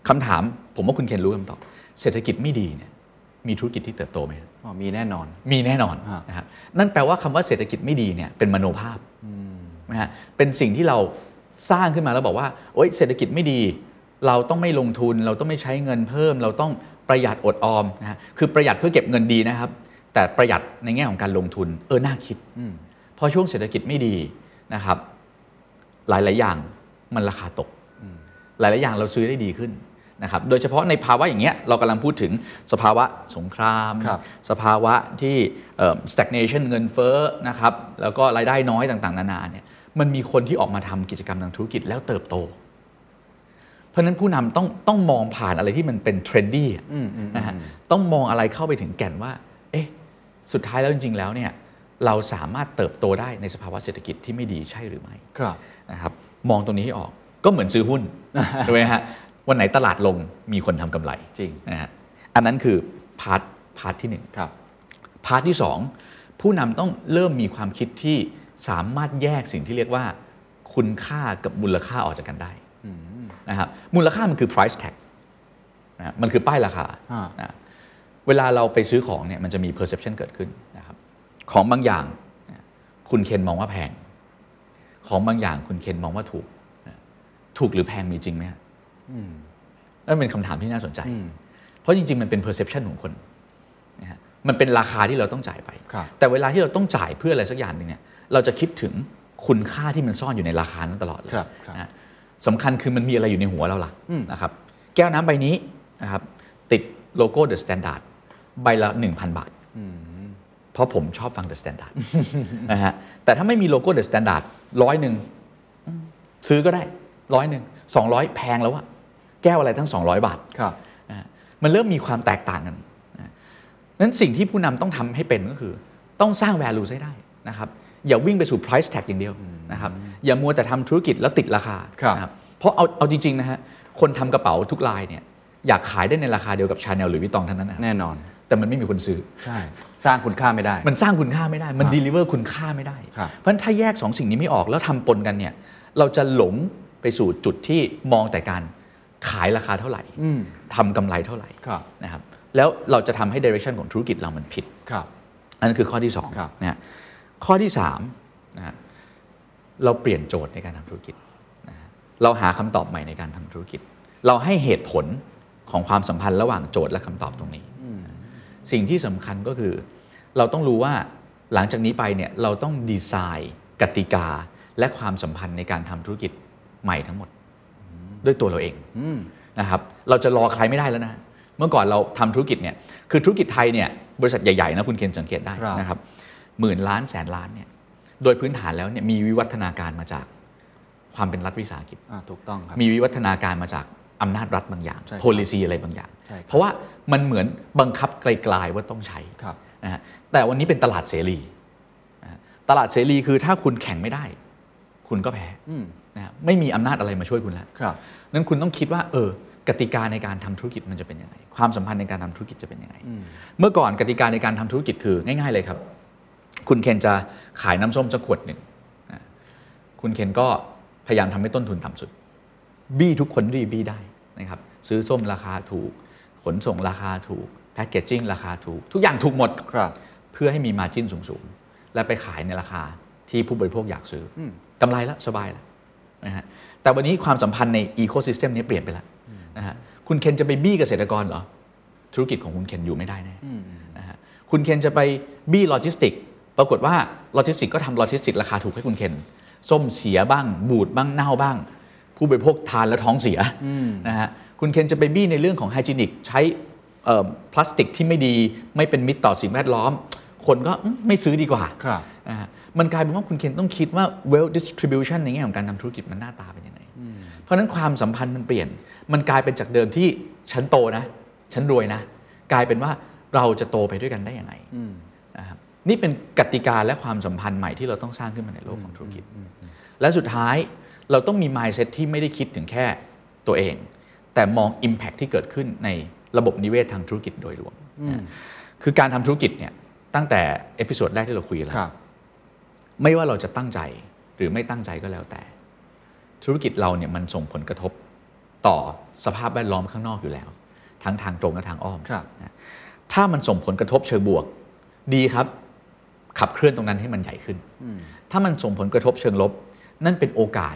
S7: คำถามผมว่าคุณเคนรู้คำตอบ เศรษฐกิจไม่ดีเนี่ยมีธุรกิจที่เติบโตไหมครับ
S6: อ๋อ มีแน่นอน
S7: มีแน่นอน
S6: ฮะ
S7: นะครับนั่นแปลว่าคำว่าเศรษฐกิจไม่ดีเนี่ยเป็นมโนภาพนะฮะเป็นสิ่งที่เราสร้างขึ้นมาแล้วบอกว่าโอ๊ยเศรษฐกิจไม่ดี เราต้องไม่ลงทุน เราต้องไม่ใช้เงินเพิ่ม เราต้องประหยัดอดออมนะฮะคือประหยัดเพื่อเก็บเงินดีนะครับ แต่ประหยัดในแง่ของการลงทุนเออน่าคิดเพอช่วงเศรษฐกิจไม่ดีนะครับ หลาย ๆ อย่างมันราคาตก หลาย ๆ อย่างเราซื้อได้ดีขึ้นนะครับ โดยเฉพาะในภาวะอย่างเงี้ยเรากำลังพูดถึงสภาวะสงคราม
S6: ครับ
S7: สภาวะที่เอ่อ stagnation เงินเฟ้อนะครับ แล้วก็รายได้น้อยต่าง ๆ นานาเนี่ย มันมีคนที่ออกมาทำกิจกรรมทางธุรกิจแล้วเติบโต เพราะฉะนั้นผู้นำต้องต้องมองผ่านอะไรที่มันเป็นเทรนดี้อะนะฮะต้องมองอะไรเข้าไปถึงแก่นว่า เอ๊ะ สุดท้ายแล้วจริง ๆ แล้วเนี่ยเราสามารถเติบโตได้ในสภาวะเศรษฐกิจที่ไม่ดีใช่หรือไม่
S6: ครับ
S7: นะครับมองตรงนี้ให้ออกก็เหมือนซื้อ หุ้น ถูกไหมฮะวันไหนตลาดลงมีคนทำกำไร
S6: จริง
S7: นะฮะอันนั้นคือพาร์ทพาร์ทที่หนึ่ง
S6: ครับ
S7: พาร์ทที่สองผู้นำต้องเริ่มมีความคิดที่สามารถแยกสิ่งที่เรียกว่า คุณค่ากับมูลค่าออกจากกันได้ นะครับมูลค่ามันคือ price tag นะมันคือป้ายราคา
S6: อ่า
S7: นะเวลาเราไปซื้อของเนี่ยมันจะมี perception เกิดขึ้นนะครับของบางอย่างนะคุณเคนมองว่าแพง ของบางอย่างคุณเคนมองว่าถูกนะถูกหรือแพงมีจริงไหมฮะนั่นเป็นคำถามที่น่าสนใจ เพราะจริง ๆ มันเป็น perception ของคนนะฮะมันเป็นราคาที่เราต้องจ่ายไป
S6: ครับ
S7: แต่เวลาที่เราต้องจ่ายเพื่ออะไรสักอย่างหนึ่งเนี่ยเราจะคิดถึงคุณค่าที่มันซ่อนอยู่ในราคานั้นตลอดเลย
S6: ครับครับ
S7: นะสำคัญคือมันมีอะไรอยู่ในหัวเราล่ะนะครับแก้วน้ำใบนี้นะครับติดโลโก้ The Standard ใบละ 1,000 บาท เพราะผมชอบฟัง The Standard นะฮะแต่ถ้าไม่มีโลโก้ The Standard ร้อยหนึ่งอืมซื้อก็ได้ร้อยหนึ่งสองร้อยแพงแล้วอะแก้วอะไรทั้ง 200 บาท
S6: ครับ
S7: นะฮะมันเริ่มมีความแตกต่างกันนะนั้นสิ่งที่ผู้นำต้องทำให้เป็นก็คือ ต้องสร้าง value ให้ได้นะครับ อย่าวิ่งไปสู่ price tag อย่างเดียวนะครับ อย่ามัวแต่ทำธุรกิจแล้วติดราคา
S6: ครับ
S7: นะเพราะเอาเอาจริง ๆ นะฮะ คนทำกระเป๋าทุกลายเนี่ยอยากขายได้ในราคาเดียวกับชาแนลหรือวิตองเท่านั้นนะครับ
S6: แน่นอน
S7: แต่มันไม่มีคนซื้อ
S6: ใช่ สร้างคุณค่าไม่ได้
S7: มันสร้างคุณค่าไม่ได้ มัน
S6: ครับ
S7: deliver คุณค่าไม่ได้
S6: ครับ
S7: เพราะฉะนั้นถ้าแยกสองสิ่งนี้ไม่ออกแล้วทำปนกันเนี่ย เราจะหลงไปสู่จุดที่มองแต่การขายราคาเท่าไหร่
S6: อืม
S7: ทำกำไรเท่าไหร่
S6: ครับ
S7: นะครับแล้วเราจะทำให้ direction ของธุรกิจเรามันผิด
S6: ครับ
S7: อันนั้นคือข้อที่
S6: ครับ
S7: 2นะฮะข้อที่3นะฮะเราเปลี่ยนโจทย์ในการทำธุรกิจนะฮะเราหาคำตอบใหม่ในการทำธุรกิจ เราให้เหตุผลของความสัมพันธ์ระหว่างโจทย์และคำตอบตรงนี้ สิ่งที่สำคัญก็คือ เราต้องรู้ว่าหลังจากนี้ไปเนี่ยเราต้องดีไซน์กติกา และความสัมพันธ์ในการทำธุรกิจใหม่ทั้งหมด ด้วยตัวเราเอง
S6: อืม
S7: นะครับเราจะรอใครไม่ได้แล้วนะ เมื่อก่อนเราทำธุรกิจเนี่ยคือธุรกิจไทยเนี่ยบริษัทใหญ่ ๆ นะ คุณเคนสังเกตได้
S6: ครับ
S7: นะครับหมื่นล้านแสนล้านเนี่ยโดยพื้นฐานแล้วเนี่ยมีวิวัฒนาการมาจากความเป็นรัฐวิสาหกิจ
S6: อ่าถูกต้องครับ
S7: มีวิวัฒนาการมาจากอำนาจรัฐบางอย่าง
S6: ใช่ครับ
S7: policy อะไรบางอย่าง
S6: ใช่ครับ
S7: เพราะว่ามันเหมือนบังคับไกลๆว่าต้องใช้
S6: ครับ
S7: นะฮะแต่วันนี้เป็นตลาดเสรีนะฮะตลาดเสรีคือถ้าคุณแข่งไม่ได้ คุณก็แพ้
S6: อืม
S7: นะฮะไม่มีอำนาจอะไรมาช่วยคุณแล้ว
S6: ครับ
S7: นั้นคุณต้องคิดว่าเออกติกาในการทำธุรกิจมันจะเป็นยังไง ความสัมพันธ์ในการทำธุรกิจจะเป็นยังไง เมื่อก่อนกติกาในการทำธุรกิจคือง่ายๆเลยครับ คุณเคนจะขายน้ำส้มสักขวดหนึ่งอ่ะคุณเคนก็พยายามทำให้ต้นทุนต่ำสุด บี้ทุกคนรีบี้ได้นะครับซื้อส้มราคาถูก ขนส่งราคาถูก แพคเกจจิ้งราคาถูก ทุกอย่างถูกหมด
S6: ครับ
S7: เพื่อให้มีมาจิ้นสูง ๆ และไปขายในราคาที่ผู้บริโภคอยากซื้ออกำไรแล้ว สบายแล้วนะฮะแต่วันนี้ความสัมพันธ์ในอีโคซิสเต็มนี้เปลี่ยนไปแล้วนะฮะคุณเคนจะไปบี้เกษตรกรเหรอ ธุรกิจของคุณเคนอยู่ไม่ได้แน่นะฮะคุณเคนจะไปบี้โลจิสติก ปรากฏว่าโลจิสติกก็ทำโลจิสติกราคาถูกให้คุณเคน ส้มเสียบ้าง บูดบ้างเน่าบ้าง ผู้บริโภคทานแล้วท้องเสียนะฮะคุณเคนจะไปบี้ในเรื่องของไฮจีนิก ใช้เอ่อพลาสติกที่ไม่ดีไม่เป็นมิตรต่อสิ่งแวดล้อม คนก็อืมไม่ซื้อดีกว่า
S6: ครับ
S7: นะฮะมันกลายเป็นว่าคุณเคนต้องคิดว่า well distribution ในแง่ของการทำธุรกิจมันหน้าตาเป็นยังไง เพราะฉะนั้นความสัมพันธ์มันเปลี่ยน มันกลายเป็นจากเดิมที่ฉันโตนะ ฉันรวยนะ กลายเป็นว่าเราจะโตไปด้วยกันได้ยังไงนะครับนี่เป็นกติกาและความสัมพันธ์ใหม่ที่เราต้องสร้างขึ้นมาในโลกของธุรกิจ และสุดท้ายเราต้องมี mindset ที่ไม่ได้คิดถึงแค่ตัวเอง แต่มอง impact ที่เกิดขึ้นในระบบนิเวศทางธุรกิจโดยรวมนะคือการทำธุรกิจเนี่ยตั้งแต่เอพิโซดแรกที่เราคุยแล้ว
S6: ครับ
S7: ไม่ว่าเราจะตั้งใจหรือไม่ตั้งใจก็แล้วแต่ ธุรกิจเราเนี่ยมันส่งผลกระทบต่อสภาพแวดล้อมข้างนอกอยู่แล้ว ทั้งทางตรงและทางอ้อม
S6: ครับ
S7: นะถ้ามันส่งผลกระทบเชิงบวก ดีครับ ขับเคลื่อนตรงนั้นให้มันใหญ่ขึ้น ถ้ามันส่งผลกระทบเชิงลบ นั่นเป็นโอกาส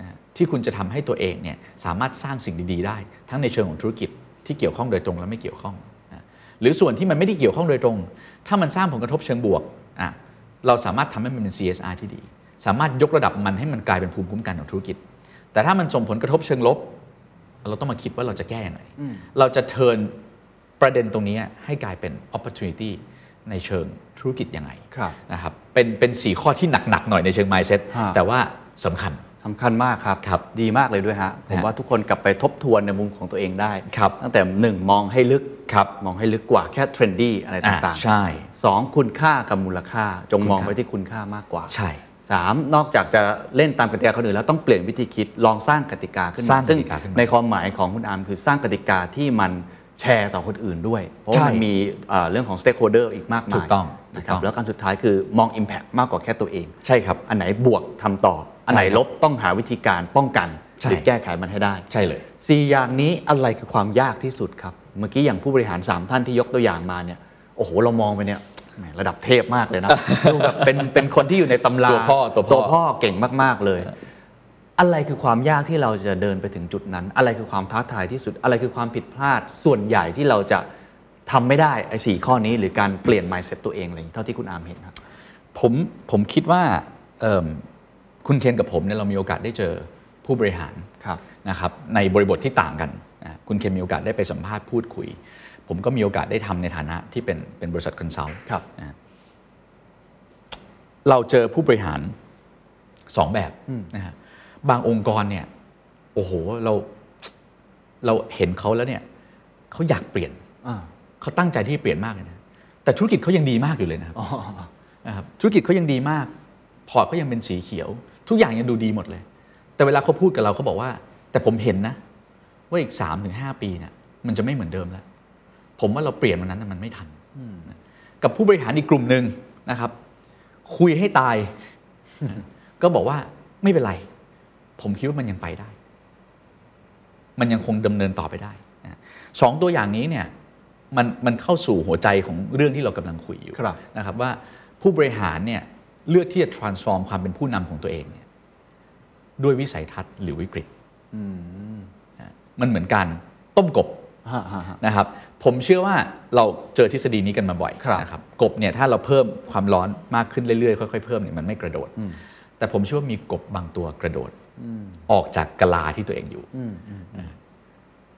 S7: นะฮะที่คุณจะทำให้ตัวเองเนี่ยสามารถสร้างสิ่งดี ๆ ได้ ทั้งในเชิงของธุรกิจที่เกี่ยวข้องโดยตรงและไม่เกี่ยวข้องนะหรือส่วนที่มันไม่ได้เกี่ยวข้องโดยตรง ถ้ามันสร้างผลกระทบเชิงบวกอ่ะเราสามารถทำให้มันเป็น CSR ที่ดี สามารถยกระดับมันให้มันกลายเป็นภูมิคุ้มกันของธุรกิจ แต่ถ้ามันส่งผลกระทบเชิงลบ เราต้องมาคิดว่าเราจะแก้ยังไงเราจะเทินประเด็นตรงนี้ให้กลายเป็น opportunity ในเชิงธุรกิจยังไง
S6: ครับ
S7: นะครับเป็นเป็นสีข้อที่หนัก ๆ หน่อยในเชิง mindset
S6: ฮะ
S7: แต่ว่าสำคัญ
S6: สำคัญมากครับ
S7: ครับ
S6: ดีมากเลยด้วยฮะ ผม
S7: ฮะ
S6: ว่าทุกคนกลับไปทบทวนในมุมของตัวเองได้
S7: ครับ
S6: ตั้งแต่หนึ่งมองให้ลึก
S7: ครับ
S6: มองให้ลึกกว่าแค่เทรนดี้อะไร
S7: อ่า
S6: ต่างๆ
S7: ใช่
S6: สองคุณค่ากับมูลค่า จงมอง
S7: คุณค่า
S6: ไปที่คุณค่ามากกว่า
S7: ใช่
S6: สามนอกจากจะเล่นตามกติกาคนอื่นแล้วต้องเปลี่ยนวิธีคิดลองสร้างกติกาขึ้น
S7: ส
S6: มา
S7: ร้าง
S6: ซึ่ง
S7: กติกาขึ้นมา
S6: ในความหมายของคุณอาร์มคือสร้างกติกาที่มันแชร์ต่อคนอื่นด้วย เพราะ
S7: ใช่
S6: ว่ามันมีเอ่อเรื่องของ stakeholder อีกมากมาย
S7: ถูกต้อง
S6: นะ
S7: ถูก
S6: ครั
S7: ต้
S6: บ
S7: อง
S6: แล้วการสุดท้ายคือมอง Impact มากกว่าแค่ตัวเอง
S7: ใช่ครับ
S6: อันไหนบวกทำต่อ อันไหนลบต้องหาวิธีการป้องกัน
S7: ใช่
S6: หรือแก้ไขมันให้ได้
S7: ใช่เลย
S6: สี่อย่างนี้อะไรคือความยากที่สุดครับ เมื่อกี้อย่างผู้บริหาร 3 ท่านที่ยกตัวอย่างมาเนี่ยโอ้โหเรามองไปเนี่ยแหมระดับเทพมากเลยนะ ดูแบบเป็นเป็นคนที่อยู่ในตำรา
S7: ตัวพ่อตัวพ่อ
S6: พ่อเก่งมาก ๆ เลย อะไรคือความยากที่เราจะเดินไปถึงจุดนั้น อะไรคือความท้าทายที่สุด อะไรคือความผิดพลาดส่วนใหญ่ที่เราจะทำไม่ได้ไอ้สี่ข้อนี้หรือการเปลี่ยน mindset ตัวเองอะไรอย่างนี้เท่าที่คุณอาร์มเห็นครับ
S7: ผมผมคิดว่าเอิ่มคุณเคนกับผมเนี่ยเรามีโอกาสได้เจอผู้บริหาร
S6: ครับ
S7: นะครับในบริบทที่ต่างกันนะคุณเคนมีโอกาสได้ไปสัมภาษณ์พูดคุย ผมก็มีโอกาสได้ทำในฐานะที่เป็นเป็นบริษัทคอนซัลท์
S6: ครับ
S7: นะเราเจอผู้บริหารสองแบบนะฮะบางองค์กรเนี่ยโอ้โหเราเราเห็นเขาแล้วเนี่ยเขาอยากเปลี่ยน
S6: อ่า
S7: เขาตั้งใจที่จะเปลี่ยนมากเลยนะแต่ธุรกิจเขายังดีมากอยู่เลยนะครับนะครับ ธุรกิจเขายังดีมาก พอร์ตเขายังเป็นสีเขียว ทุกอย่างยังดูดีหมดเลย แต่เวลาเขาพูดกับเราเขาบอกว่า แต่ผมเห็นนะ ว่าอีก3าถึงหปีเนี่ยมันจะไม่เหมือนเดิมแล้ว ผมว่าเราเปลี่ยนวันนั้นน่ะมันไม่ทันนะกับผู้บริหารอีกกลุ่มหนึ่งนะครับ คุยให้ตาย ก็บอกว่าไม่เป็นไร ผมคิดว่ามันยังไปได้ มันยังคงดำเนินต่อไปได้นะสองตัวอย่างนี้เนี่ย มันมันเข้าสู่หัวใจของเรื่องที่เรากำลังคุยอยู่
S6: ครับ
S7: นะครับว่าผู้บริหารเนี่ยเลือกที่จะ transform ความเป็นผู้นำของตัวเองเนี่ยด้วยวิสัยทัศน์หรือวิกฤตนะมันเหมือนการต้มกบ
S6: ฮะฮะฮะ
S7: นะครับผมเชื่อว่าเราเจอทฤษฎีนี้กันมาบ่อย
S6: ครับ
S7: นะครับกบเนี่ยถ้าเราเพิ่มความร้อนมากขึ้นเรื่อยๆค่อยๆเพิ่มเนี่ยมันไม่กระโดด แต่ผมเชื่อว่ามีกบบางตัวกระโดดออกจากกะลาที่ตัวเองอยู่นะ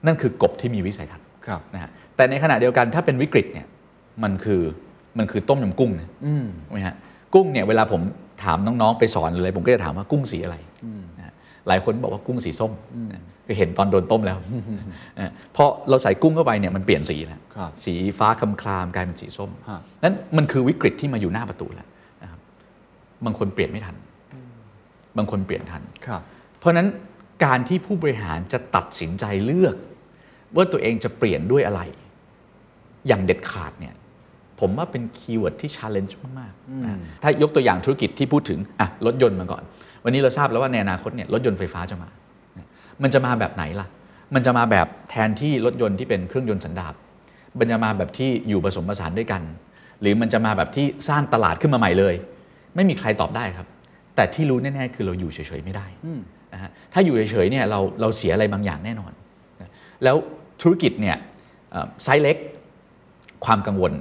S7: นั่นคือกบที่มีวิสัยทัศน์
S6: ครับ
S7: นะฮะแต่ในขณะเดียวกันถ้าเป็นวิกฤตเนี่ยมันคือมันคือต้มยำกุ้งนะ
S6: อืม
S7: ใช่ไหมฮะกุ้งเนี่ยเวลาผมถามน้องๆไปสอนหรืออะไรผมก็จะถามว่ากุ้งสีอะไรนะฮะหลายคนบอกว่ากุ้งสีส้มนะคือเห็นตอนโดนต้มแล้วนะพอเราใส่กุ้งเข้าไปเนี่ยมันเปลี่ยนสีแล้ว
S6: ครับ
S7: สีฟ้าคำคลามกลายเป็นสีส้ม
S6: ฮะ
S7: นั้นมันคือวิกฤตที่มาอยู่หน้าประตูแล้วนะครับบางคนเปลี่ยนไม่ทัน บางคนเปลี่ยนทัน
S6: ครับ
S7: เพราะฉะนั้นการที่ผู้บริหารจะตัดสินใจเลือก ว่าตัวเองจะเปลี่ยนด้วยอะไร อย่างเด็ดขาดเนี่ยผมว่าเป็นคีย์เวิร์ดที่ชาเลนจ์มากๆนะถ้ายกตัวอย่างธุรกิจที่พูดถึงอ่ะรถยนต์มาก่อน วันนี้เราทราบแล้วว่าในอนาคตเนี่ยรถยนต์ไฟฟ้าจะมา มันจะมาแบบไหนล่ะ มันจะมาแบบแทนที่รถยนต์ที่เป็นเครื่องยนต์สันดาปมันจะมาแบบที่อยู่ผสมผสานด้วยกัน หรือมันจะมาแบบที่สร้างตลาดขึ้นมาใหม่เลย ไม่มีใครตอบได้ครับ แต่ที่รู้แน่ๆคือเราอยู่เฉยๆไม่ได้นะฮะ ถ้าอยู่เฉยๆเนี่ยเราเราเสียอะไรบางอย่างแน่นอนนะแล้วธุรกิจเนี่ยเอ่อไซส์เล็ก ความกังวล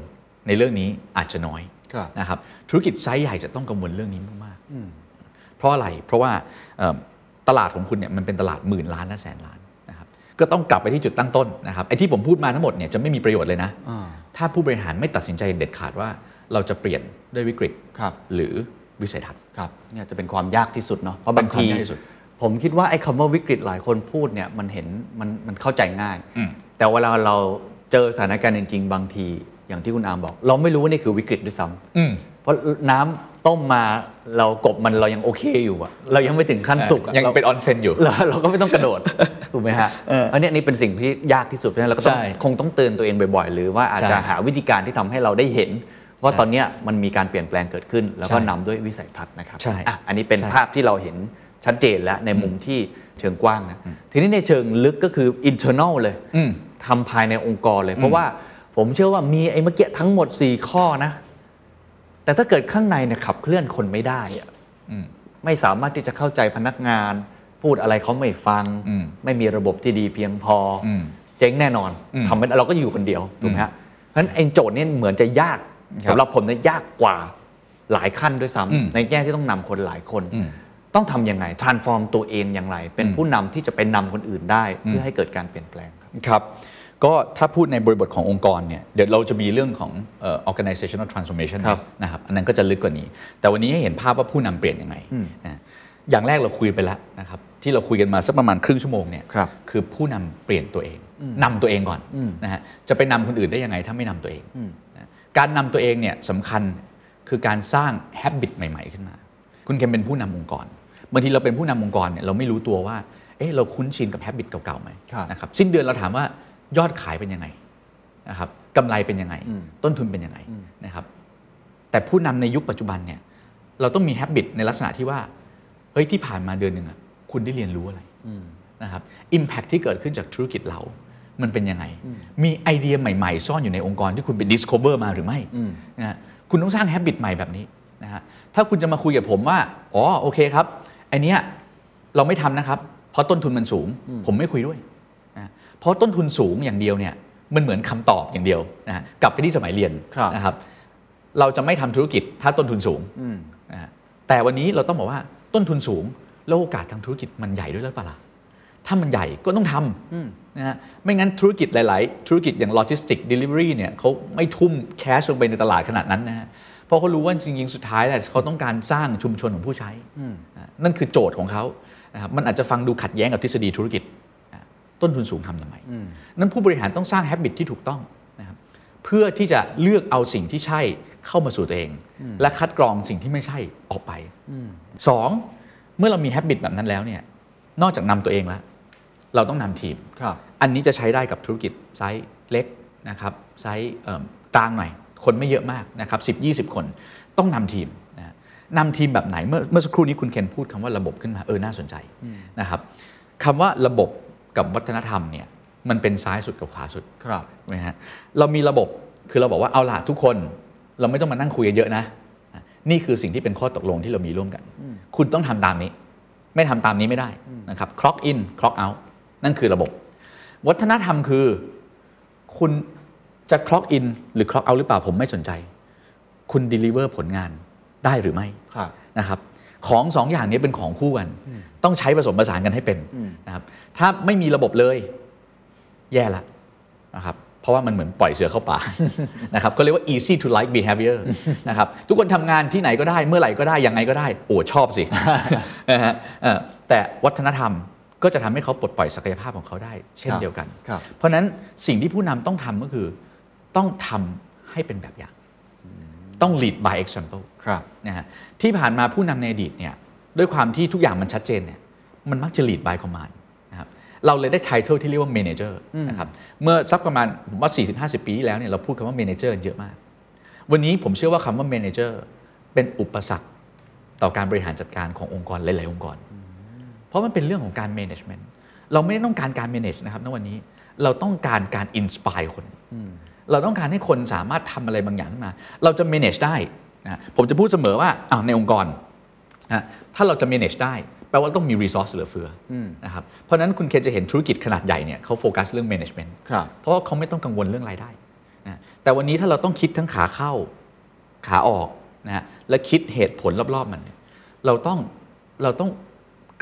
S7: ในเรื่องนี้อาจจะน้อย
S6: ครับ
S7: นะครับ ธุรกิจไซส์ใหญ่จะต้องกังวลเรื่องนี้มากๆ เพราะอะไร เพราะว่าเอ่อตลาดของคุณเนี่ยมันเป็นตลาดหมื่นล้านและแสนล้านนะครับ ก็ต้องกลับไปที่จุดตั้งต้นนะครับ ไอ้ที่ผมพูดมาทั้งหมดเนี่ยจะไม่มีประโยชน์เลยนะ
S6: อ่า
S7: ถ้าผู้บริหารไม่ตัดสินใจอย่างเด็ดขาดว่าเราจะเปลี่ยนด้วยวิกฤต
S6: ครับ
S7: หรือวิสัยทัศน์
S6: ครับเนี่ยจะเป็นความยากที่สุดเนาะเพราะ
S7: เป็
S6: บาน ง
S7: ความ
S6: ที
S7: ยากที่สุด
S6: ผมคิดว่าไอ้คำว่าวิกฤตหลายคนพูดเนี่ยมันเห็นมันมันเข้าใจง่าย
S7: อืม
S6: แต่เวลาเราเจอสถานการณ์จริง ๆ บางที อย่างที่คุณอามบอก เราไม่รู้ว่านี่คือวิกฤตด้วยซ้ำ
S7: อืม
S6: เพราะน้ำต้มมาเรากบมันเรายังโอเคอยู่อะเรายังไม่ถึงขั้นสุกอะ
S7: ยัง
S6: รา
S7: เป็นออนเซนอยู่
S6: เรา เราก็ไม่ต้องกระโด ด ถูกไหมฮะ
S7: เออ
S6: อันเนี้ยนี่เป็นสิ่งที่ยากที่สุดเพราะฉะนั้นเราก็ต้อง
S7: ใช่
S6: คงต้องเตือนตัวเองบ่อยๆ หรือว่าอาจจะ
S7: ใช่
S6: หาวิธีการที่ทำให้เราได้เห็น ว่า
S7: ใช่
S6: ตอนเนี้ยมันมีการเปลี่ยนแปลงเกิดขึ้น แล้วก็
S7: ใช่
S6: นำด้วยวิสัยทัศน์นะครับ
S7: ใช่
S6: อ่ะอันนี้เป็น
S7: ใช่
S6: ภาพที่เราเห็นชัดเจนแล้วในมุมที่เชิงกว้างนะ ทีนี้ในเชิงลึกก็คือ internal เลย
S7: อืม
S6: ทำภายในองค์กรเลย เพราะว่าผมเชื่อว่ามีไอ้เมื่อกี้ทั้งหมด 4 ข้อนะ แต่ถ้าเกิดข้างในเนี่ยขับเคลื่อนคนไม่ได้อะ
S7: อืม
S6: ไม่สามารถที่จะเข้าใจพนักงาน พูดอะไรเขาไม่ฟัง
S7: อืม
S6: ไม่มีระบบที่ดีเพียงพออ
S7: ม
S6: เจ๊งแน่นอน
S7: อืม
S6: ทำไม่ได้เราก็อยู่คนเดียวถูกไหมฮะเพราะฉะนั้นไอ้โจทย์เนี่ยเหมือนจะยาก
S7: ครับ
S6: สำหรับผมเนี่ยยากกว่าหลายขั้นด้วยซ้ำ
S7: อืม
S6: ในแง่ที่ต้องนำคนหลายคน
S7: อืม
S6: ต้องทำยังไง transform ตัวเองอย่างไร เป็นผู้นำที่จะเป็นนำคนอื่นได้ เพื่อให้เกิดการเปลี่ยนแปลงครับ
S7: ครับ ก็ถ้าพูดในบริบทขององค์กรเนี่ยเดี๋ยวเราจะมีเรื่องของเอ่อ organizational transformation
S6: ครับ
S7: นะครับอันนั้นก็จะลึกกว่านี้ แต่วันนี้ให้เห็นภาพว่าผู้นำเปลี่ยนยังไงนะอย่างแรกเราคุยไปแล้วนะครับที่เราคุยกันมาสักประมาณครึ่งชั่วโมงเนี่ย
S6: ครับ
S7: คือผู้นำเปลี่ยนตัวเองนำตัวเองก่อนนะฮะจะไปนำคนอื่นได้ยังไงถ้าไม่นำตัวเองนะการนำตัวเองเนี่ยสำคัญคือการสร้าง habit ใหม่ๆขึ้นมา คุณเคมเป็นผู้นำองค์กรบางทีเราเป็นผู้นำองค์กรเนี่ยเราไม่รู้ตัวว่าเอ๊ะเราคุ้นชินกับ habit เก่าๆไหม
S6: ครับ
S7: นะครับสิ้นเดือนเราถามว่ายอดขายเป็นยังไงนะครับกำไรเป็นยังไง ต้นทุนเป็นยังไงนะครับแต่ผู้นำในยุคปัจจุบันเนี่ยเราต้องมี h a บ i t ในลักษณะที่ว่าเฮ้ยที่ผ่านมาเดือนหนึ่งอะคุณได้เรียนรู้อะไร นะครับ Impact ที่เกิดขึ้นจากธุรกิจเรา มันเป็นยังไง มีไอเดียใหม่ ๆ ซ่อนอยู่ในองค์กรที่คุณไป discover มาหรือไม่นะฮะคุณต้องสร้าง habit ใหม่แบบนี้นะฮะถ้าคุณจะมาคุยกับผมว่า อ๋อ โอเคครับไอเนี้ยเราไม่ทำนะครับ เพราะต้นทุนมันสูง ผมไม่คุยด้วยนะเพราะต้นทุนสูงอย่างเดียวเนี่ยมันเหมือนคำตอบอย่างเดียวนะฮะกลับไปที่สมัยเรียน
S6: ครับ
S7: นะครับ เราจะไม่ทำธุรกิจถ้าต้นทุนสูงนะฮะแต่วันนี้เราต้องบอกว่าต้นทุนสูง แล้วโอกาสทางธุรกิจมันใหญ่ด้วยหรือเปล่าล่ะถ้ามันใหญ่ก็ต้องทำนะฮะไม่งั้นธุรกิจหลาย ๆ ธุรกิจอย่างโลจิสติกเดลิเวอรี่เนี่ยเขาไม่ทุ่มแคชลงไปในตลาดขนาดนั้นนะฮะเพราะเขารู้ว่าจริง ๆ สุดท้ายแหละเขาต้องการสร้างชุมชนของผู้ใช้อ่ะนั่นคือโจทย์ของเขานะครับมันอาจจะฟังดูขัดแย้งกับทฤษฎีธุรกิจ ต้นทุนสูงทำทำไม นั้นผู้บริหารต้องสร้าง habit ที่ถูกต้องนะครับเพื่อที่จะเลือกเอาสิ่งที่ใช่เข้ามาสู่ตัวเอง และคัดกรองสิ่งที่ไม่ใช่ออกไปสองเมื่อเรามี habit แบบนั้นแล้วเนี่ยนอกจากนำตัวเองแล้ว เราต้องนำทีม
S6: ครับ
S7: อันนี้จะใช้ได้กับธุรกิจไซส์เล็กนะครับไซส์เอิ่มกลางหน่อย คนไม่เยอะมากนะครับ10 20 คนต้องนำทีมนะฮะนำทีมแบบไหนเมื่อเมื่อสักครู่นี้คุณเคนพูดคำว่าระบบขึ้นมาเออน่าสนใจนะครับคำว่าระบบกับวัฒนธรรมเนี่ยมันเป็นซ้ายสุดกับขวาสุด
S6: ครับ
S7: ถูกไหมฮะเรามีระบบคือเราบอกว่าเอาล่ะทุกคนเราไม่ต้องมานั่งคุยกันเยอะนะอ่ะนี่คือสิ่งที่เป็นข้อตกลงที่เรามีร่วมกัน คุณต้องทำตามนี้ ไม่ทำตามนี้ไม่ได้นะครับ clock in clock out นั่นคือระบบ วัฒนธรรมคือคุณจะ clock in หรือ clock out หรือเปล่าผมไม่สนใจ คุณ deliver ผลงานได้หรือไม่
S6: ครับ
S7: นะครับของสองอย่างนี้เป็นของคู่กัน ต้องใช้ผสมผสานกันให้เป็นนะครับถ้าไม่มีระบบเลยแย่ละนะครับเพราะว่ามันเหมือนปล่อยเสือเข้า ป่า นะครับก็เรียกว่า easy to like behavior นะครับทุกคนทำงานที่ไหนก็ได้เมื่อไหร่ก็ได้ ยังไงก็ได้ โอ้ชอบสิ นะฮะเออแต่วัฒนธรรมก็จะทำให้เขาปลดปล่อยศักยภาพของเขาได้ เช่น
S6: ครับ
S7: เดียวกัน
S6: ครับ
S7: เพราะฉะนั้นสิ่งที่ผู้นำต้องทำก็คือต้องทำให้เป็นแบบอย่าง ต้อง lead by example
S6: ครับ
S7: นะฮะที่ผ่านมาผู้นำในอดีตเนี่ยด้วยความที่ทุกอย่างมันชัดเจนเนี่ยมันมักจะ lead by command นะครับเราเลยได้ title ที่เรียกว่า manager นะครับเมื่อสักประมาณผมว่า 40-50 ปีที่แล้วเนี่ยเราพูดคำว่า manager เยอะมาก วันนี้ผมเชื่อว่าคำว่า manager เป็นอุปสรรคต่อการบริหารจัดการขององค์กรหลาย ๆ องค์กร เพราะมันเป็นเรื่องของการ management เราไม่ได้ต้องการการ manage นะครับณวันนี้เราต้องการการ inspire คน เราต้องการให้คนสามารถทำอะไรบางอย่างขึ้นมา เราจะ manage ได้นะผมจะพูดเสมอว่าอ้าวในองค์กรนะถ้าเราจะ manage ได้ แปลว่าต้องมี resource เหลือเฟืออนะครับ เพราะฉะนั้นคุณเคนจะเห็นธุรกิจขนาดใหญ่เนี่ยเขาโฟกัสเรื่อง management
S6: ครับ
S7: เพราะว่าเขาไม่ต้องกังวลเรื่องรายได้นะแต่วันนี้ถ้าเราต้องคิดทั้งขาเข้า ขาออกนะฮะและคิดเหตุผลรอบ ๆ มันเนี่ยเราต้องเราต้อง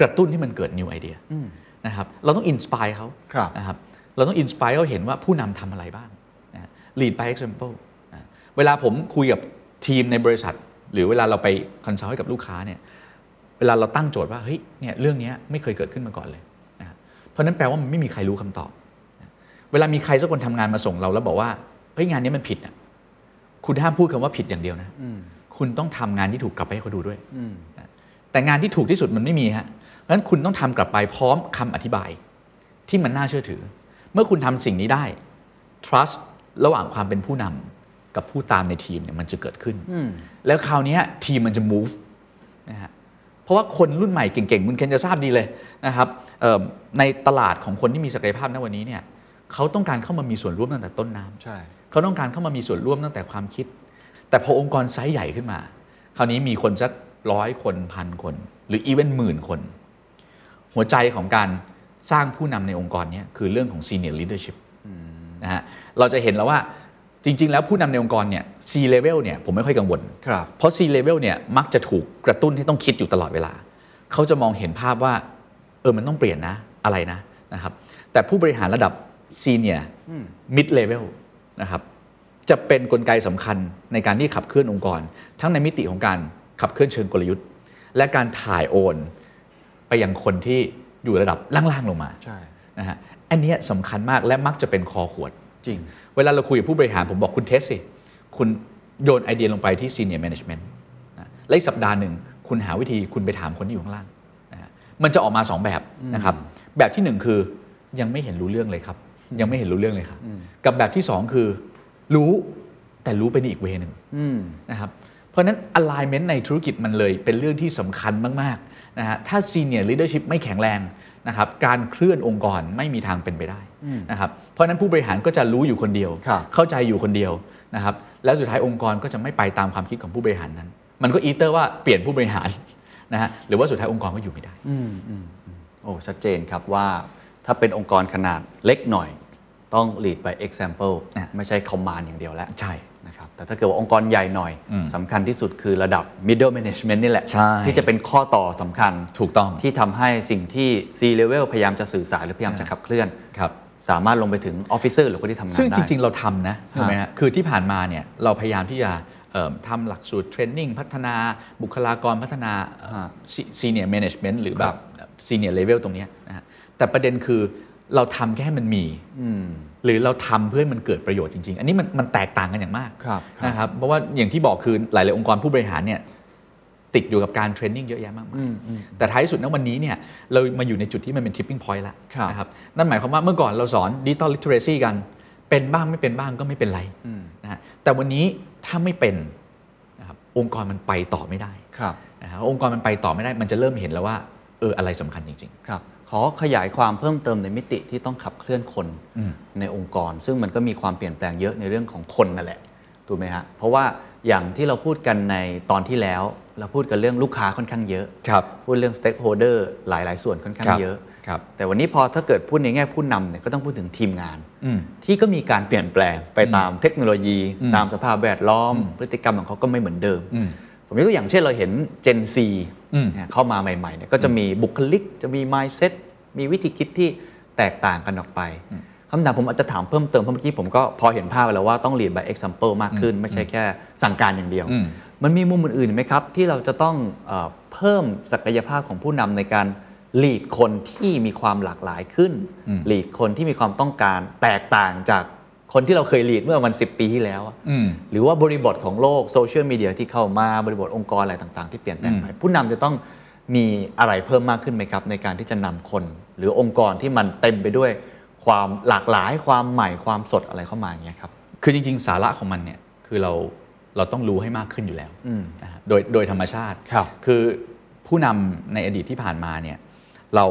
S7: กระตุ้นให้มันเกิด new idea นะครับเราต้องอินสปายเขา
S6: ครับ
S7: นะครับเราต้องอินสปายเขาเห็นว่าผู้นำทำอะไรบ้างนะ lead by example นะเวลาผมคุยกับทีมในบริษัท หรือเวลาเราไปคอนซัลท์ให้กับลูกค้าเนี่ยเวลาเราตั้งโจทย์ว่าเฮ้ยเนี่ยเรื่องเนี้ยไม่เคยเกิดขึ้นมาก่อนเลยนะเพราะฉะนั้นแปลว่ามันไม่มีใครรู้คำตอบ เวลามีใครสักคนทำงานมาส่งเราแล้วบอกว่าเฮ้ยงานนี้มันผิดอ่ะคุณห้ามพูดคำว่าผิดอย่างเดียวนะคุณต้องทำงานที่ถูกกลับไปให้เขาดูด้วยนะแต่งานที่ถูกที่สุดมันไม่มีฮะเพราะฉะนั้นคุณต้องทำกลับไปพร้อมคำอธิบาย ที่มันน่าเชื่อถือ เมื่อคุณทำสิ่งนี้ได้ trust ระหว่างความเป็นผู้นำกับผู้ตามในทีมเนี่ยมันจะเกิดขึ้น แล้วคราวเนี้ยทีมมันจะ move นะฮะ เพราะว่าคนรุ่นใหม่เก่งๆคุณเคนจะทราบดีเลยนะครับเอิ่มในตลาดของคนที่มีศักยภาพณวันนี้เนี่ยเขาต้องการเข้ามามีส่วนร่วมตั้งแต่ต้นน้ำ
S6: ใช่
S7: เขาต้องการเข้ามามีส่วนร่วมตั้งแต่ความคิด แต่พอองค์กรไซส์ใหญ่ขึ้นมา คราวนี้มีคนสักร้อยคนพันคน หรืออีเวนหมื่นคน หัวใจของการสร้างผู้นำในองค์กรเนี้คือเรื่องของ senior leadership นะฮะเราจะเห็นแล้วว่าจริง ๆ แล้วผู้นำในองค์กรเนี่ย C level เนี่ยผมไม่ค่อยกังวล
S6: ครับ
S7: เพราะ C level เนี่ยมักจะถูกกระตุ้นให้ต้องคิดอยู่ตลอดเวลา เขาจะมองเห็นภาพว่า เออมันต้องเปลี่ยนนะอะไรนะนะครับ แต่ผู้บริหารระดับ Senior Mid level นะครับจะเป็นนกลไกสำคัญในการที่ขับเคลื่อนองค์กร ทั้งในมิติของการขับเคลื่อนเชิงกลยุทธ์ และการถ่ายโอน ไปยังคนที่อยู่ระดับล่างๆลงมา
S6: ใช่
S7: นะฮะอันเนี้ยสำคัญมากและมักจะเป็นคอขวด
S6: จริง
S7: เวลาเราคุยกับผู้บริหารผมบอกคุณเทสสิ คุณโยนไอเดียลงไปที่ Senior Management นะและอีกสัปดาห์หนึ่ง คุณหาวิธีคุณไปถามคนที่อยู่ข้างล่างนะฮะมันจะออกมา 2 แบบนะครับ แบบที่ 1 คือยังไม่เห็นรู้เรื่องเลยครับ ยังไม่เห็นรู้เรื่องเลยครับกับแบบที่ 2 คือรู้แต่รู้ไปในอีกเวนึง
S6: อืม
S7: นะครับเพราะฉะนั้น alignment ในธุรกิจมันเลยเป็นเรื่องที่สำคัญมาก ๆ นะฮะถ้า senior leadership ไม่แข็งแรง นะครับการเคลื่อนองค์กรไม่มีทางเป็นไปได้นะครับเพราะฉะนั้นผู้บริหารก็จะรู้อยู่คนเดียว
S6: ครับ
S7: เข้าใจอยู่คนเดียวนะครับแล้วสุดท้ายองค์กรก็จะไม่ไปตามความคิดของผู้บริหารนั้น มันก็อีเตอร์ว่าเปลี่ยนผู้บริหารนะฮะหรือว่าสุดท้ายองค์กรก็อยู่ไม่ได้
S6: อืมอืมอืมโอ้ชัดเจนครับว่าถ้าเป็นองค์กรขนาดเล็กหน่อย ต้อง lead by example
S7: อ่ะ
S6: ไม่ใช่ command อย่างเดียวแล้ว
S7: ใช่
S6: นะครับแต่ถ้าเกิดว่าองค์กรใหญ่หน่อย
S7: อืม
S6: สำคัญที่สุดคือระดับ middle management นี่แหละ
S7: ใช่
S6: ที่จะเป็นข้อต่อสำคัญ
S7: ถูกต้อง
S6: ที่ทำให้สิ่งที่ C level พยายามจะสื่อสารหรือพยายามจะขับเคลื่อน
S7: ครับ
S6: สามารถลงไปถึง officer หรือคนที่ทำงานได้
S7: ซึ่งจริง ๆ เราทำนะใช่ไหมฮะคือที่ผ่านมาเนี่ยเราพยายามที่จะเอิ่มทำหลักสูตรเทรนนิ่งพัฒนาบุคลากรพัฒนา
S6: ฮะ
S7: ซีเนียร์แมเนจเมนต์หรือแบ
S6: ครับ บ
S7: ซีเนียร์เลเวลตรงเนี้ยนะฮะแต่ประเด็นคือเราทำแค่ให้มันมี
S6: อืม
S7: หรือเราทำเพื่อให้มันเกิดประโยชน์จริง ๆ อันนี้มันมันแตกต่างกันอย่างมาก
S6: ครับครับ
S7: นะครับเพราะว่าอย่างที่บอกคือหลาย ๆ องค์กรผู้บริหารเนี่ยติดอยู่กับการเทรนนิ่งเยอะแยะมากมาย
S6: อืมอืม
S7: แต่ท้ายที่สุดนะวันนี้เนี่ยเรามาอยู่ในจุดที่มันเป็น tipping point แล้ว
S6: ครับ
S7: นะครับนั่นหมายความว่าเมื่อก่อนเราสอน digital literacy กัน เป็นบ้างไม่เป็นบ้างก็ไม่เป็นไร
S6: อืม
S7: นะฮะแต่วันนี้ถ้าไม่เป็นนะครับองค์กรมันไปต่อไม่ได้
S6: ครับ
S7: นะครับองค์กรมันไปต่อไม่ได้ มันจะเริ่มเห็นแล้วว่าเอออะไรสำคัญจริง
S6: ครับ ขอขยายความเพิ่มเติมในมิติที่ต้องขับเคลื่อนคน
S7: อืม
S6: ในองค์กร ซึ่งมันก็มีความเปลี่ยนแปลงเยอะในเรื่องของคนนั่นแหละถูกไหมฮะเพราะว่าอย่างที่เราพูดกันในตอนที่แล้ว เราพูดกันเรื่องลูกค้าค่อนข้างเยอะ
S7: ๆ ครับ
S6: พูดเรื่อง stakeholder หลาย ๆ ส่วนค่อนข้าง
S7: ครับ
S6: เยอะ
S7: ครับ
S6: แต่วันนี้พอถ้าเกิดพูดในแง่ผู้นำเนี่ยก็ต้องพูดถึงทีมงาน
S7: อืม
S6: ที่ก็มีการเปลี่ยนแปลงไปตามเทคโนโลยี
S7: อืม
S6: ตามสภาพแวดล้อม พฤติกรรมของเขาก็ไม่เหมือนเดิม
S7: อืม
S6: ผมยกตัวอย่างเช่นเราเห็น Gen Z
S7: อืม
S6: เนี่ยเข้ามาใหม่ๆเนี่ยก็จะมีบุคลิก จะมี mindset มีวิธีคิดที่แตกต่างกันออกไปคำถามผมอาจจะถามเพิ่มเติมเพราะเมื่อกี้ผมก็พอเห็นภาพไปแล้วว่าต้อง lead by example มากขึ้น ไม่ใช่แค่สั่งการอย่างเดียว
S7: อืม
S6: มันมีมุมอื่นๆไหมครับ ที่เราจะต้องเออเพิ่มศักยภาพของผู้นำในการหลีดคนที่มีความหลากหลายขึ้นหลีดคนที่มีความต้องการแตกต่างจากคนที่เราเคยหลีดเมื่อวัน 10 ปีที่แล้วอะ
S7: อืม
S6: หรือว่าบริบทของโลกโซเชียลมีเดียที่เข้ามาบริบทองค์กรอะไรต่างๆ ที่เปลี่ยนแปลงไป ผู้นำจะต้องมีอะไรเพิ่มมากขึ้นไหมครับ ในการที่จะนำคน หรือองค์กรที่มันเต็มไปด้วยความหลากหลาย ความใหม่ความสดอะไรเข้ามาอย่างเงี้ยครับ
S7: คือจริง ๆ สาระของมันเนี่ยคือเราเราต้องรู้ให้มากขึ้นอยู่แล้ว
S6: อืม
S7: นะฮะโดยโดยธรรมชาติ
S6: ครับ
S7: คือผู้นำในอดีตที่ผ่านมาเนี่ยเรา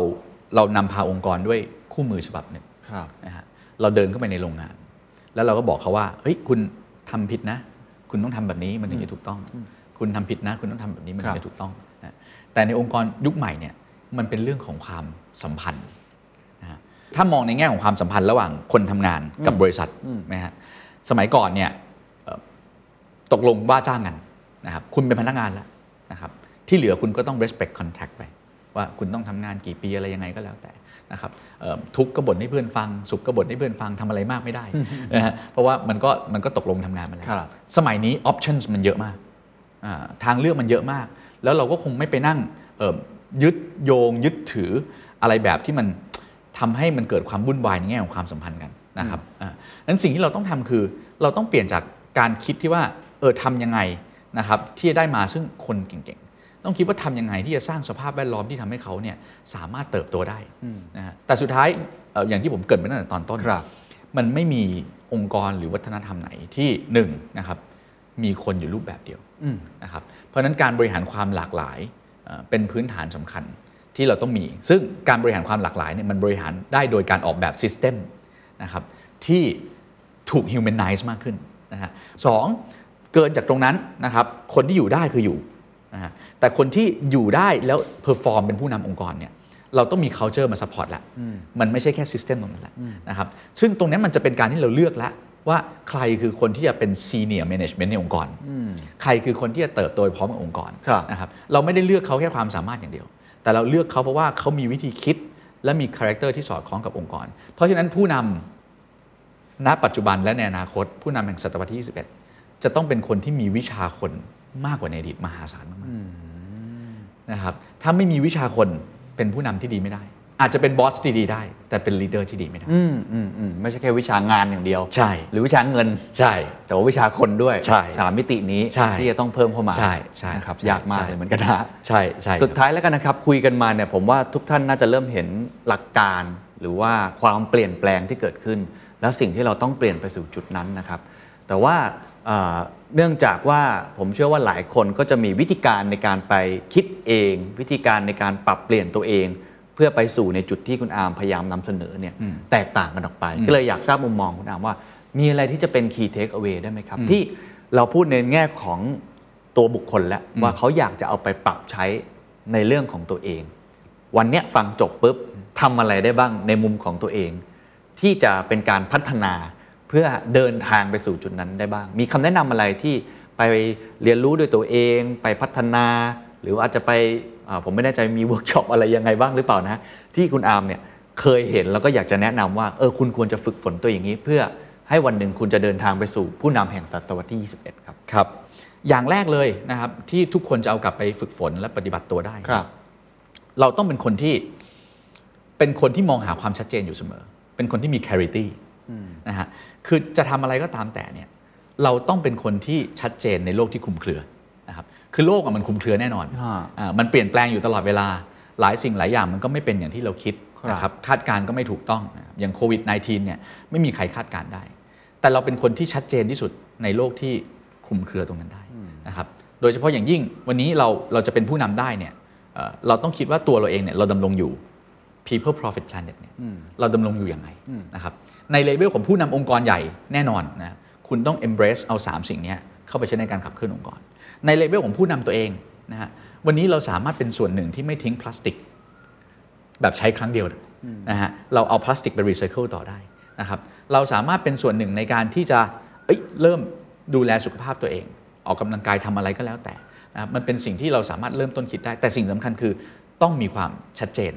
S7: เรานำพาองค์กรด้วยคู่มือฉบับหนึ่ง
S6: ครับ
S7: นะฮะเราเดินเข้าไปในโรงงาน แล้วเราก็บอกเขาว่าเฮ้ยคุณทำผิดนะ คุณต้องทำแบบนี้มันถึงจะถูกต้อง คุณทำผิดนะ คุณต้องทำแบบนี้มันถึงจะถูกต้องนะแต่ในองค์กรยุคใหม่เนี่ยมันเป็นเรื่องของความสัมพันธ์ นะฮะถ้ามองในแง่ของความสัมพันธ์ระหว่างคนทำงานกับบริษัทนะฮะสมัยก่อนเนี่ยเอ่อตกลงว่าจ้างกันนะครับคุณเป็นพนักงานแล้วนะครับที่เหลือคุณก็ต้อง respect contract ไป ว่าคุณต้องทำงานกี่ปีอะไรยังไงก็แล้วแต่นะครับเอิ่มทุกข์กบฏให้เพื่อนฟัง สุขกบฏให้เพื่อนฟังทำอะไรมากไม่ได้นะฮะเพราะว่ามันก็มันก็ตกลงทำงานมาแล้ว
S6: ครับ
S7: สมัยนี้ options มันเยอะมากอ่าทางเลือกมันเยอะมาก แล้วเราก็คงไม่ไปนั่งเอิ่มยึดโยงยึดถืออะไรแบบที่มันทำให้มันเกิดความวุ่นวายในแง่ของความสัมพันธ์กันนะครับอ่านั้นสิ่งที่เราต้องทำคือเราต้องเปลี่ยนจากการคิดที่ว่าเออทำยังไงนะครับที่จะได้มาซึ่งคนเก่งๆ ต้องคิดว่าทำยังไงที่จะสร้างสภาพแวดล้อมที่ทำให้เขาเนี่ยสามารถเติบโตได้นะฮะแต่สุดท้ายเอ่ออย่างที่ผมเกริดไปตั้งแต่ตอนต้น
S6: ครับ
S7: มันไม่มีองค์กรหรือวัฒนธรรมไหนที่หนึ่งนะครับมีคนอยู่รูปแบบเดียว
S6: อืม
S7: นะครับเพราะฉะนั้นการบริหารความหลากหลายเอ่อเป็นพื้นฐานสำคัญที่เราต้องมี ซึ่งการบริหารความหลากหลายเนี่ยมันบริหารได้โดยการออกแบบซิสเต็มนะครับที่ถูกฮิวแมนไนซ์มากขึ้นนะฮะสองเกินจากตรงนั้นนะครับคนที่อยู่ได้คืออยู่นะฮะแต่คนที่อยู่ได้แล้วเพอร์ฟอร์มเป็นผู้นำองค์กรเนี่ยเราต้องมี culture มาซัพพอร์ตละ มันไม่ใช่แค่ซิสเต็มตรงนั้นแหละนะครับซึ่งตรงนี้มันจะเป็นการที่เราเลือกแล้วว่าใครคือคนที่จะเป็นซีเนียร์แม g จเมนต์ในองค์กร ใครคือคนที่จะเติบโตไปพร้อมกับองค์กร
S6: ครับ
S7: นะครับเราไม่ได้เลือกเขาแค่ความสามารถอย่างเดียว แต่เราเลือกเขาเพราะว่าเขามีวิธีคิดและมีคาแรคเตอร์ที่สอดคล้องกับองค์กร เพราะฉะนั้นผู้นำณปัจจุบันและในอนาคต ผู้นำแห่งศตวรรษที่ 21 จะต้องเป็นคนที่มีวิชาคนมากกว่าในอดีตมหาศาลมากๆ นะครับถ้าไม่มีวิชาคนเป็นผู้นำที่ดีไม่ได้ อาจจะเป็นบอสที่ดีได้ แต่เป็นลีดเดอร์ที่ดีไม่ได้
S6: อืมอืมอืมไม่ใช่แค่วิชางานอย่างเดียว
S7: ใช่
S6: หรือวิชาเงิน
S7: ใช่
S6: แต่ว่าวิชาคนด้วย
S7: ใช่
S6: สามมิตินี้
S7: ใช่
S6: ที่จะต้องเพิ่มเข้ามา
S7: ใช่ใช่
S6: นะครับ
S7: ใช่
S6: ยากมาก
S7: ใช่
S6: เลยเหมือนกันนะ
S7: ใช่ใช่ครับ
S6: สุดท้ายแล้วกันนะครับ คุยกันมาเนี่ยผมว่าทุกท่านน่าจะเริ่มเห็นหลักการ หรือว่าความเปลี่ยนแปลงที่เกิดขึ้น แล้วสิ่งที่เราต้องเปลี่ยนไปสู่จุดนั้นนะครับ แต่ว่าเอ่อเนื่องจากว่าผมเชื่อว่าหลายคนก็จะมีวิธีการในการไปคิดเอง วิธีการในการปรับเปลี่ยนตัวเอง เพื่อไปสู่ในจุดที่คุณอาร์มพยายามนำเสนอเนี่ยแตกต่างกันออกไป ก็เลยอยากทราบมุมมองคุณอาร์มว่า มีอะไรที่จะเป็น key take away ได้ไหมครับ ที่เราพูดในแง่ของตัวบุคคลแล้วว่าเขาอยากจะเอาไปปรับใช้ในเรื่องของตัวเอง วันเนี้ยฟังจบปุ๊บทำอะไรได้บ้างในมุมของตัวเอง ที่จะเป็นการพัฒนาเพื่อเดินทางไปสู่จุดนั้นได้บ้าง มีคำแนะนำอะไรที่ไปเรียนรู้ด้วยตัวเอง ไปพัฒนา หรือว่าอาจจะไปอ่าผมไม่แน่ใจมีเวิร์กช็อปอะไรยังไงบ้างหรือเปล่านะ ที่คุณอาร์มเนี่ยเคยเห็นแล้วก็อยากจะแนะนำว่าเออคุณควรจะฝึกฝนตัวอย่างนี้ เพื่อให้วันหนึ่งคุณจะเดินทางไปสู่ผู้นำแห่งศตวรรษที่ 21 ครับ
S7: ครับ อย่างแรกเลยนะครับที่ทุกคนจะเอากลับไปฝึกฝนและปฏิบัติตัวได้ เราต้องเป็นคนที่เป็นคนที่มองหาความชัดเจนอยู่เสมอ เป็นคนที่มี clarity นะฮะ คือจะทำอะไรก็ตามแต่เนี่ยเราต้องเป็นคนที่ชัดเจนในโลกที่คลุมเครือนะครับ คือโลกอะมันคลุมเครือแน่นอน
S6: อ่า
S7: อ่ามันเปลี่ยนแปลงอยู่ตลอดเวลา หลายสิ่งหลายอย่างมันก็ไม่เป็นอย่างที่เราคิด
S6: ครับ
S7: นะครับ คาดการณ์ก็ไม่ถูกต้องนะครับอย่างโควิด -19 เนี่ยไม่มีใครคาดการณ์ได้ แต่เราเป็นคนที่ชัดเจนที่สุดในโลกที่คลุมเครือตรงนั้นได้นะครับ โดยเฉพาะอย่างยิ่งวันนี้เราเราจะเป็นผู้นำได้เนี่ยเอ่อเราต้องคิดว่าตัวเราเองเนี่ยเราดำรงอยู่ people profit planet เนี่ยเราดำรงอยู่ยังไงนะครับในเลเวลของผู้นำองค์กรใหญ่แน่นอนนะคุณต้อง embrace เอา 3 สิ่งเนี้ยเข้าไปใช้ในการขับเคลื่อนองค์กร ในเลเวลของผู้นำตัวเองนะฮะวันนี้เราสามารถเป็นส่วนหนึ่งที่ไม่ทิ้งพลาสติก แบบใช้ครั้งเดียวนะฮะเราเอาพลาสติกไปรีไซเคิลต่อได้นะครับเราสามารถเป็นส่วนหนึ่งในการที่จะเอ้ยเริ่มดูแลสุขภาพตัวเอง ออกกำลังกายทำอะไรก็แล้วแต่นะครับมันเป็นสิ่งที่เราสามารถเริ่มต้นคิดได้ แต่สิ่งสำคัญคือต้องมีความชัดเจน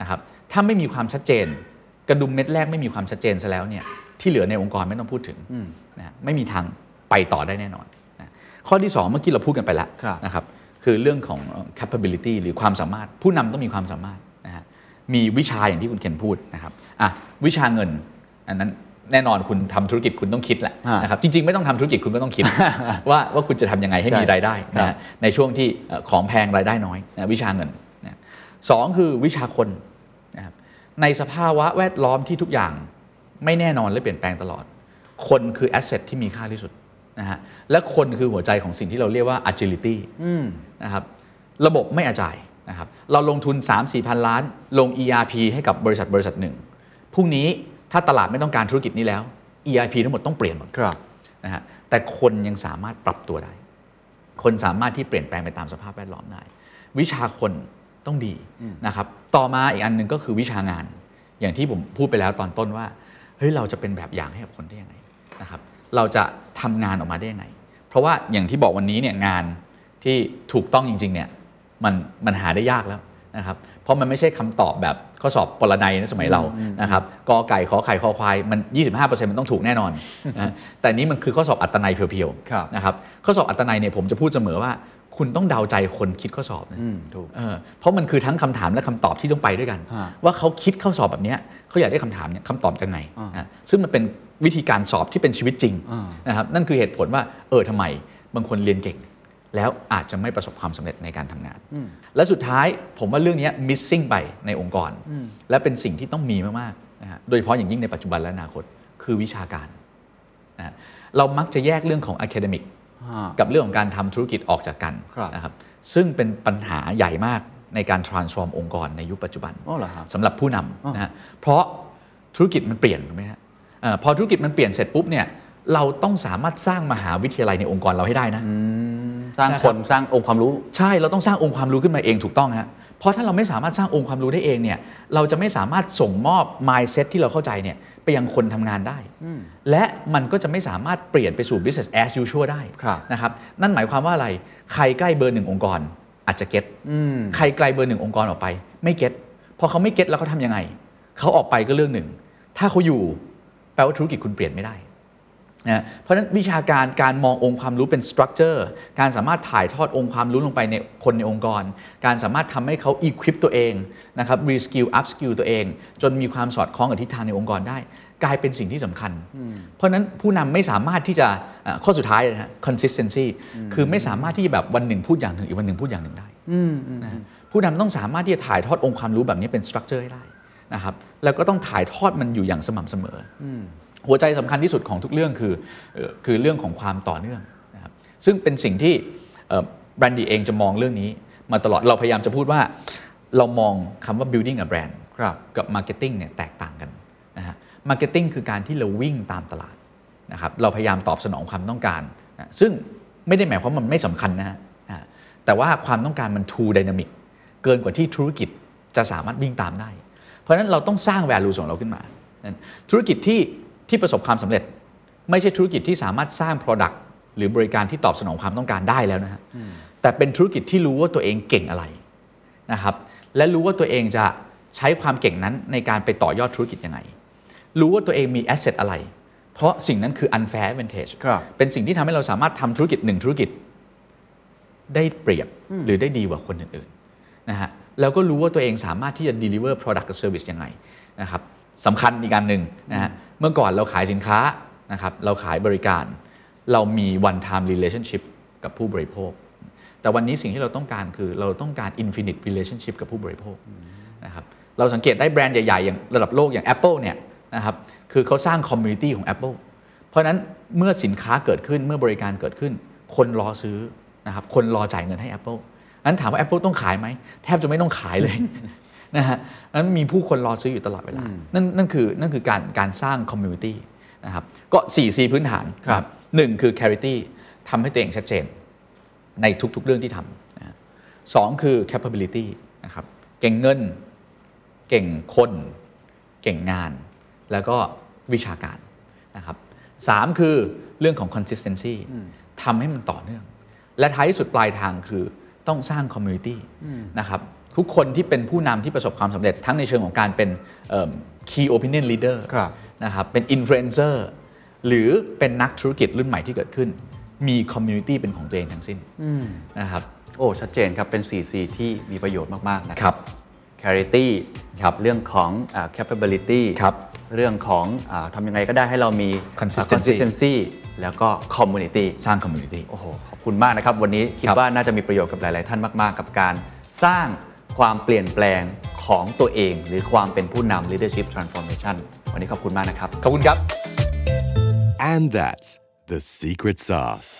S7: นะครับถ้าไม่มีความชัดเจน กระดุมเม็ดแรกไม่มีความชัดเจนซะแล้วเนี่ยที่เหลือในองค์กรไม่ต้องพูดถึงนะฮะไม่มีทางไปต่อได้แน่นอนนะข้อที่สองเมื่อกี้เราพูดกันไปแล้ว
S6: ครับ
S7: นะครับคือเรื่องของเอ่อ capability หรือความสามารถ ผู้นำต้องมีความสามารถนะฮะ มีวิชาอย่างที่คุณเคนพูดนะครับอ่ะวิชาเงิน อันนั้นแน่นอนคุณทำธุรกิจคุณต้องคิดแหละ
S6: ฮะ
S7: นะครับจริงๆ ไม่ต้องทำธุรกิจคุณก็ต้องคิด ว่าว่าคุณจะทำยังไงให้มี
S6: ใช่
S7: รายได้นะฮะในช่วงที่เอ่อของแพงรายได้น้อยนะวิชาเงินนะสองคือวิชาคนนะครับในสภาวะแวดล้อมที่ทุกอย่างไม่แน่นอนและเปลี่ยนแปลงตลอด คนคือแอสเซทที่มีค่าที่สุดนะฮะและคนคือหัวใจของสิ่งที่เราเรียกว่า agility นะครับระบบไม่อาจายนะครับเราลงทุน 3 4 พันล้าน ลง ERP ให้กับบริษัทบริษัทหนึ่งพรุ่งนี้ถ้าตลาดไม่ต้องการธุรกิจนี้แล้ว ERP ทั้งหมดต้องเปลี่ยนหมด
S6: ครับ
S7: นะฮะแต่คนยังสามารถปรับตัวได้ คนสามารถที่เปลี่ยนแปลงไปตามสภาพแวดล้อมได้ วิชาคนต้องดีนะครับต่อมาอีกอันหนึ่งก็คือวิชางาน อย่างที่ผมพูดไปแล้วตอนต้นว่าเฮ้ยเราจะเป็นแบบอย่างให้กับคนได้ยังไงนะครับเราจะทำงานออกมาได้ยังไง เพราะว่าอย่างที่บอกวันนี้เนี่ยงานที่ถูกต้องจริงๆเนี่ยมันมันหาได้ยากแล้วนะครับเพราะมันไม่ใช่คำตอบแบบข้อสอบปรนัยในะสมัยเรานะครับกอไก่ขอไข่คอควายมัน 25%มันต้องถูกแน่นอนนะแต่นี้มันคือข้อสอบอัตนัยเพียว
S6: ครับ
S7: ๆ นะครับข้อสอบอัตนัยเนี่ยผมจะพูดเสมอว่าคุณต้องเดาใจคนคิดข้อสอบนะ
S6: อืมถูก
S7: เออเพราะมันคือทั้งคำถามและคำตอบที่ต้องไปด้วยกัน
S6: ฮะ
S7: ว่าเขาคิดข้อสอบแบบเนี้ยเขาอยากได้คำถามเนี่ยคำตอบจากไหนนะซึ่งมันเป็นวิธีการสอบที่เป็นชีวิตจริง
S6: อ่าน
S7: นะครับนั่นคือเหตุผลว่าเออทำไมบางคนเรียนเก่ง แล้วอาจจะไม่ประสบความสำเร็จในการทำงาน และสุดท้ายผมว่าเรื่องเนี้ย missing ไปในองค์กร และเป็นสิ่งที่ต้องมีมากๆนะฮะโดยเฉพาะอย่างยิ่งในปัจจุบันและอนาคตคือวิชาการ นะฮะเรามักจะแยกเรื่องของ academic กับเรื่องของการทำธุรกิจออกจากกัน
S6: ครับ
S7: นะครับซึ่งเป็นปัญหาใหญ่มากในการ transform องค์กรในยุคปัจจุบัน
S6: อ๋อเหรอครับ
S7: สำหรับผู้นำนะฮะเพราะธุรกิจมันเปลี่ยนถูกไหมฮะเอ่อพอธุรกิจมันเปลี่ยนเสร็จปุ๊บเนี่ยเราต้องสามารถสร้างมหาวิทยาลัยในองค์กรเราให้ได้นะ
S6: สร้างคนสร้างองค์ความรู้
S7: ใช่ เราต้องสร้างองค์ความรู้ขึ้นมาเองถูกต้องฮะ เพราะถ้าเราไม่สามารถสร้างองค์ความรู้ได้เองเนี่ย เราจะไม่สามารถส่งมอบ mindset ที่เราเข้าใจเนี่ยไปยังคนทำงานได้ และมันก็จะไม่สามารถเปลี่ยนไปสู่ business as usual ได้
S6: ครับ
S7: นะครับ นั่นหมายความว่าอะไร ใครใกล้เบอร์หนึ่งองค์กรอาจจะเก็ตใครไกลเบอร์หนึ่งองค์กรออกไป ไม่เก็ตพอเขาไม่เก็ตแล้วเขาทำยังไง เขาออกไปก็เรื่องหนึ่ง ถ้าเขาอยู่แปลว่าธุรกิจคุณเปลี่ยนไม่ได้ นะเพราะฉะนั้นวิชาการการมององค์ความรู้เป็นสตรัคเจอร์การสามารถถ่ายทอดองค์ความรู้ลงไปในคนในองค์กร การสามารถทำให้เขาอีควิปตัวเองนะครับรีสกิลอัพสกิลตัวเอง จนมีความสอดคล้องกับทิศทางในองค์กรได้ กลายเป็นสิ่งที่สำคัญ เพราะฉะนั้นผู้นำไม่สามารถที่จะอ่ะข้อสุดท้ายนะฮะ consistency คือไม่สามารถที่จะแบบวันหนึ่งพูดอย่างหนึ่งอีกวันหนึ่งพูดอย่างหนึ่งได้ นะฮะผู้นำต้องสามารถที่จะถ่ายทอดองค์ความรู้แบบนี้เป็นสตรัคเจอร์ให้ได้นะครับแล้วก็ต้องถ่ายทอดมันอยู่อย่างสม่ำเสมออหัวใจสำคัญที่สุดของทุกเรื่องคือเอ่อคือเรื่องของความต่อเนื่องนะครับซึ่งเป็นสิ่งที่แบรนดีเองจะมองเรื่องนี้มาตลอดเราพยายามจะพูดว่า เรามองคำว่า building a brand
S6: ครับ
S7: กับ marketing เนี่ยแตกต่างกันนะฮะ marketing คือการที่เราวิ่งตามตลาดนะครับเราพยายามตอบสนองความต้องการนะซึ่งไม่ได้หมายความว่ามันไม่สำคัญนะฮะอ่าแต่ว่าความต้องการมัน too dynamic เกินกว่าที่ธุรกิจจะสามารถวิ่งตามได้ เพราะฉะนั้นเราต้องสร้าง value ของเราขึ้นมานะธุรกิจที่ที่ประสบความสำเร็จ ไม่ใช่ธุรกิจที่สามารถสร้าง Product หรือบริการที่ตอบสนองความต้องการได้แล้วนะฮะแต่เป็นธุรกิจที่รู้ว่าตัวเองเก่งอะไร นะครับและรู้ว่าตัวเองจะใช้ความเก่งนั้นในการไปต่อยอดธุรกิจยังไง รู้ว่าตัวเองมีแอสเซทอะไร เพราะสิ่งนั้นคือ unfair advantage
S6: ครับ
S7: เป็นสิ่งที่ทำให้เราสามารถทำธุรกิจหนึ่งธุรกิจ ได้เปรียบหรือได้ดีกว่าคนอื่นๆนะฮะแล้วก็รู้ว่าตัวเองสามารถที่จะ deliver product กับ service ยังไงนะครับสำคัญอีกการหนึ่งนะฮะเมื่อก่อนเราขายสินค้านะครับเราขายบริการ เรามี one time relationship กับผู้บริโภค แต่วันนี้สิ่งที่เราต้องการคือเราต้องการ infinite relationship กับผู้บริโภคนะครับเราสังเกตได้แบรนด์ใหญ่ ๆ อย่างระดับโลกอย่าง Apple เนี่ยนะครับคือเขาสร้าง community ของ Apple เพราะฉะนั้นเมื่อสินค้าเกิดขึ้นเมื่อบริการเกิดขึ้น คนรอซื้อนะครับคนรอจ่ายเงินให้ Apple นั้นถามว่า Apple ต้องขายไหม แทบจะไม่ต้องขายเลย นะฮะนั้นมีผู้คนรอซื้ออยู่ตลอดเวลา นั่นนั่นคือนั่นคือการการสร้าง community นะครับก็ 4C พื้นฐาน
S6: ครับ
S7: หนึ่งคือ clarity ทำให้ตัวเองชัดเจน ในทุกๆ เรื่องที่ทำนะฮะสองคือ capability นะครับ เก่งเงิน เก่งคน เก่งงาน แล้วก็วิชาการนะครับสามคือเรื่องของ consistency ทำให้มันต่อเนื่อง และท้ายที่สุดปลายทางคือต้องสร้าง community นะครับทุกคนที่เป็นผู้นำที่ประสบความสำเร็จทั้งในเชิงของการเป็นเอิ่ม key opinion leader
S6: ครับ
S7: นะครับเป็น influencer หรือเป็นนักธุรกิจรุ่นใหม่ที่เกิดขึ้น มี community เป็นของตัวเองทั้งสิ้นนะครับ
S6: โอ้ ชัดเจนครับ เป็น 4C ที่มีประโยชน์มาก ๆ นะ
S7: ค
S6: ค
S7: รั
S6: รับ clarity
S7: ครับ
S6: เรื่องของอ่า capability
S7: ครับ
S6: เรื่องของอาทำยังไงก็ได้ให้เรามี
S7: consistency
S6: อ่า consistency แล้วก็ community
S7: สร้าง community
S6: โอ้โห ขอบคุณมากนะครับ วันนี้คิด
S7: ครับ
S6: ว่าน่าจะมีประโยชน์กับหลาย ๆ ท่านมาก ๆ กับการสร้างความเปลี่ยนแปลงของตัวเอง หรือความเป็นผู้นำ leadership transformation วันนี้ขอบคุณมากนะครับ
S7: ขอบคุณครับ
S3: And that's the secret sauce.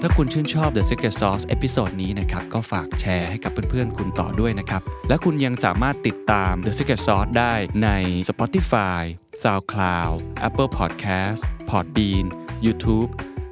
S5: ถ้าคุณชื่นชอบ The Secret Sauce เอพิโซดนี้นะครับ ก็ฝากแชร์ให้กับเพื่อนๆ คุณต่อด้วยนะครับ และคุณยังสามารถติดตาม The Secret Sauce ได้ใน Spotify SoundCloud Apple Podcast Podbean YouTube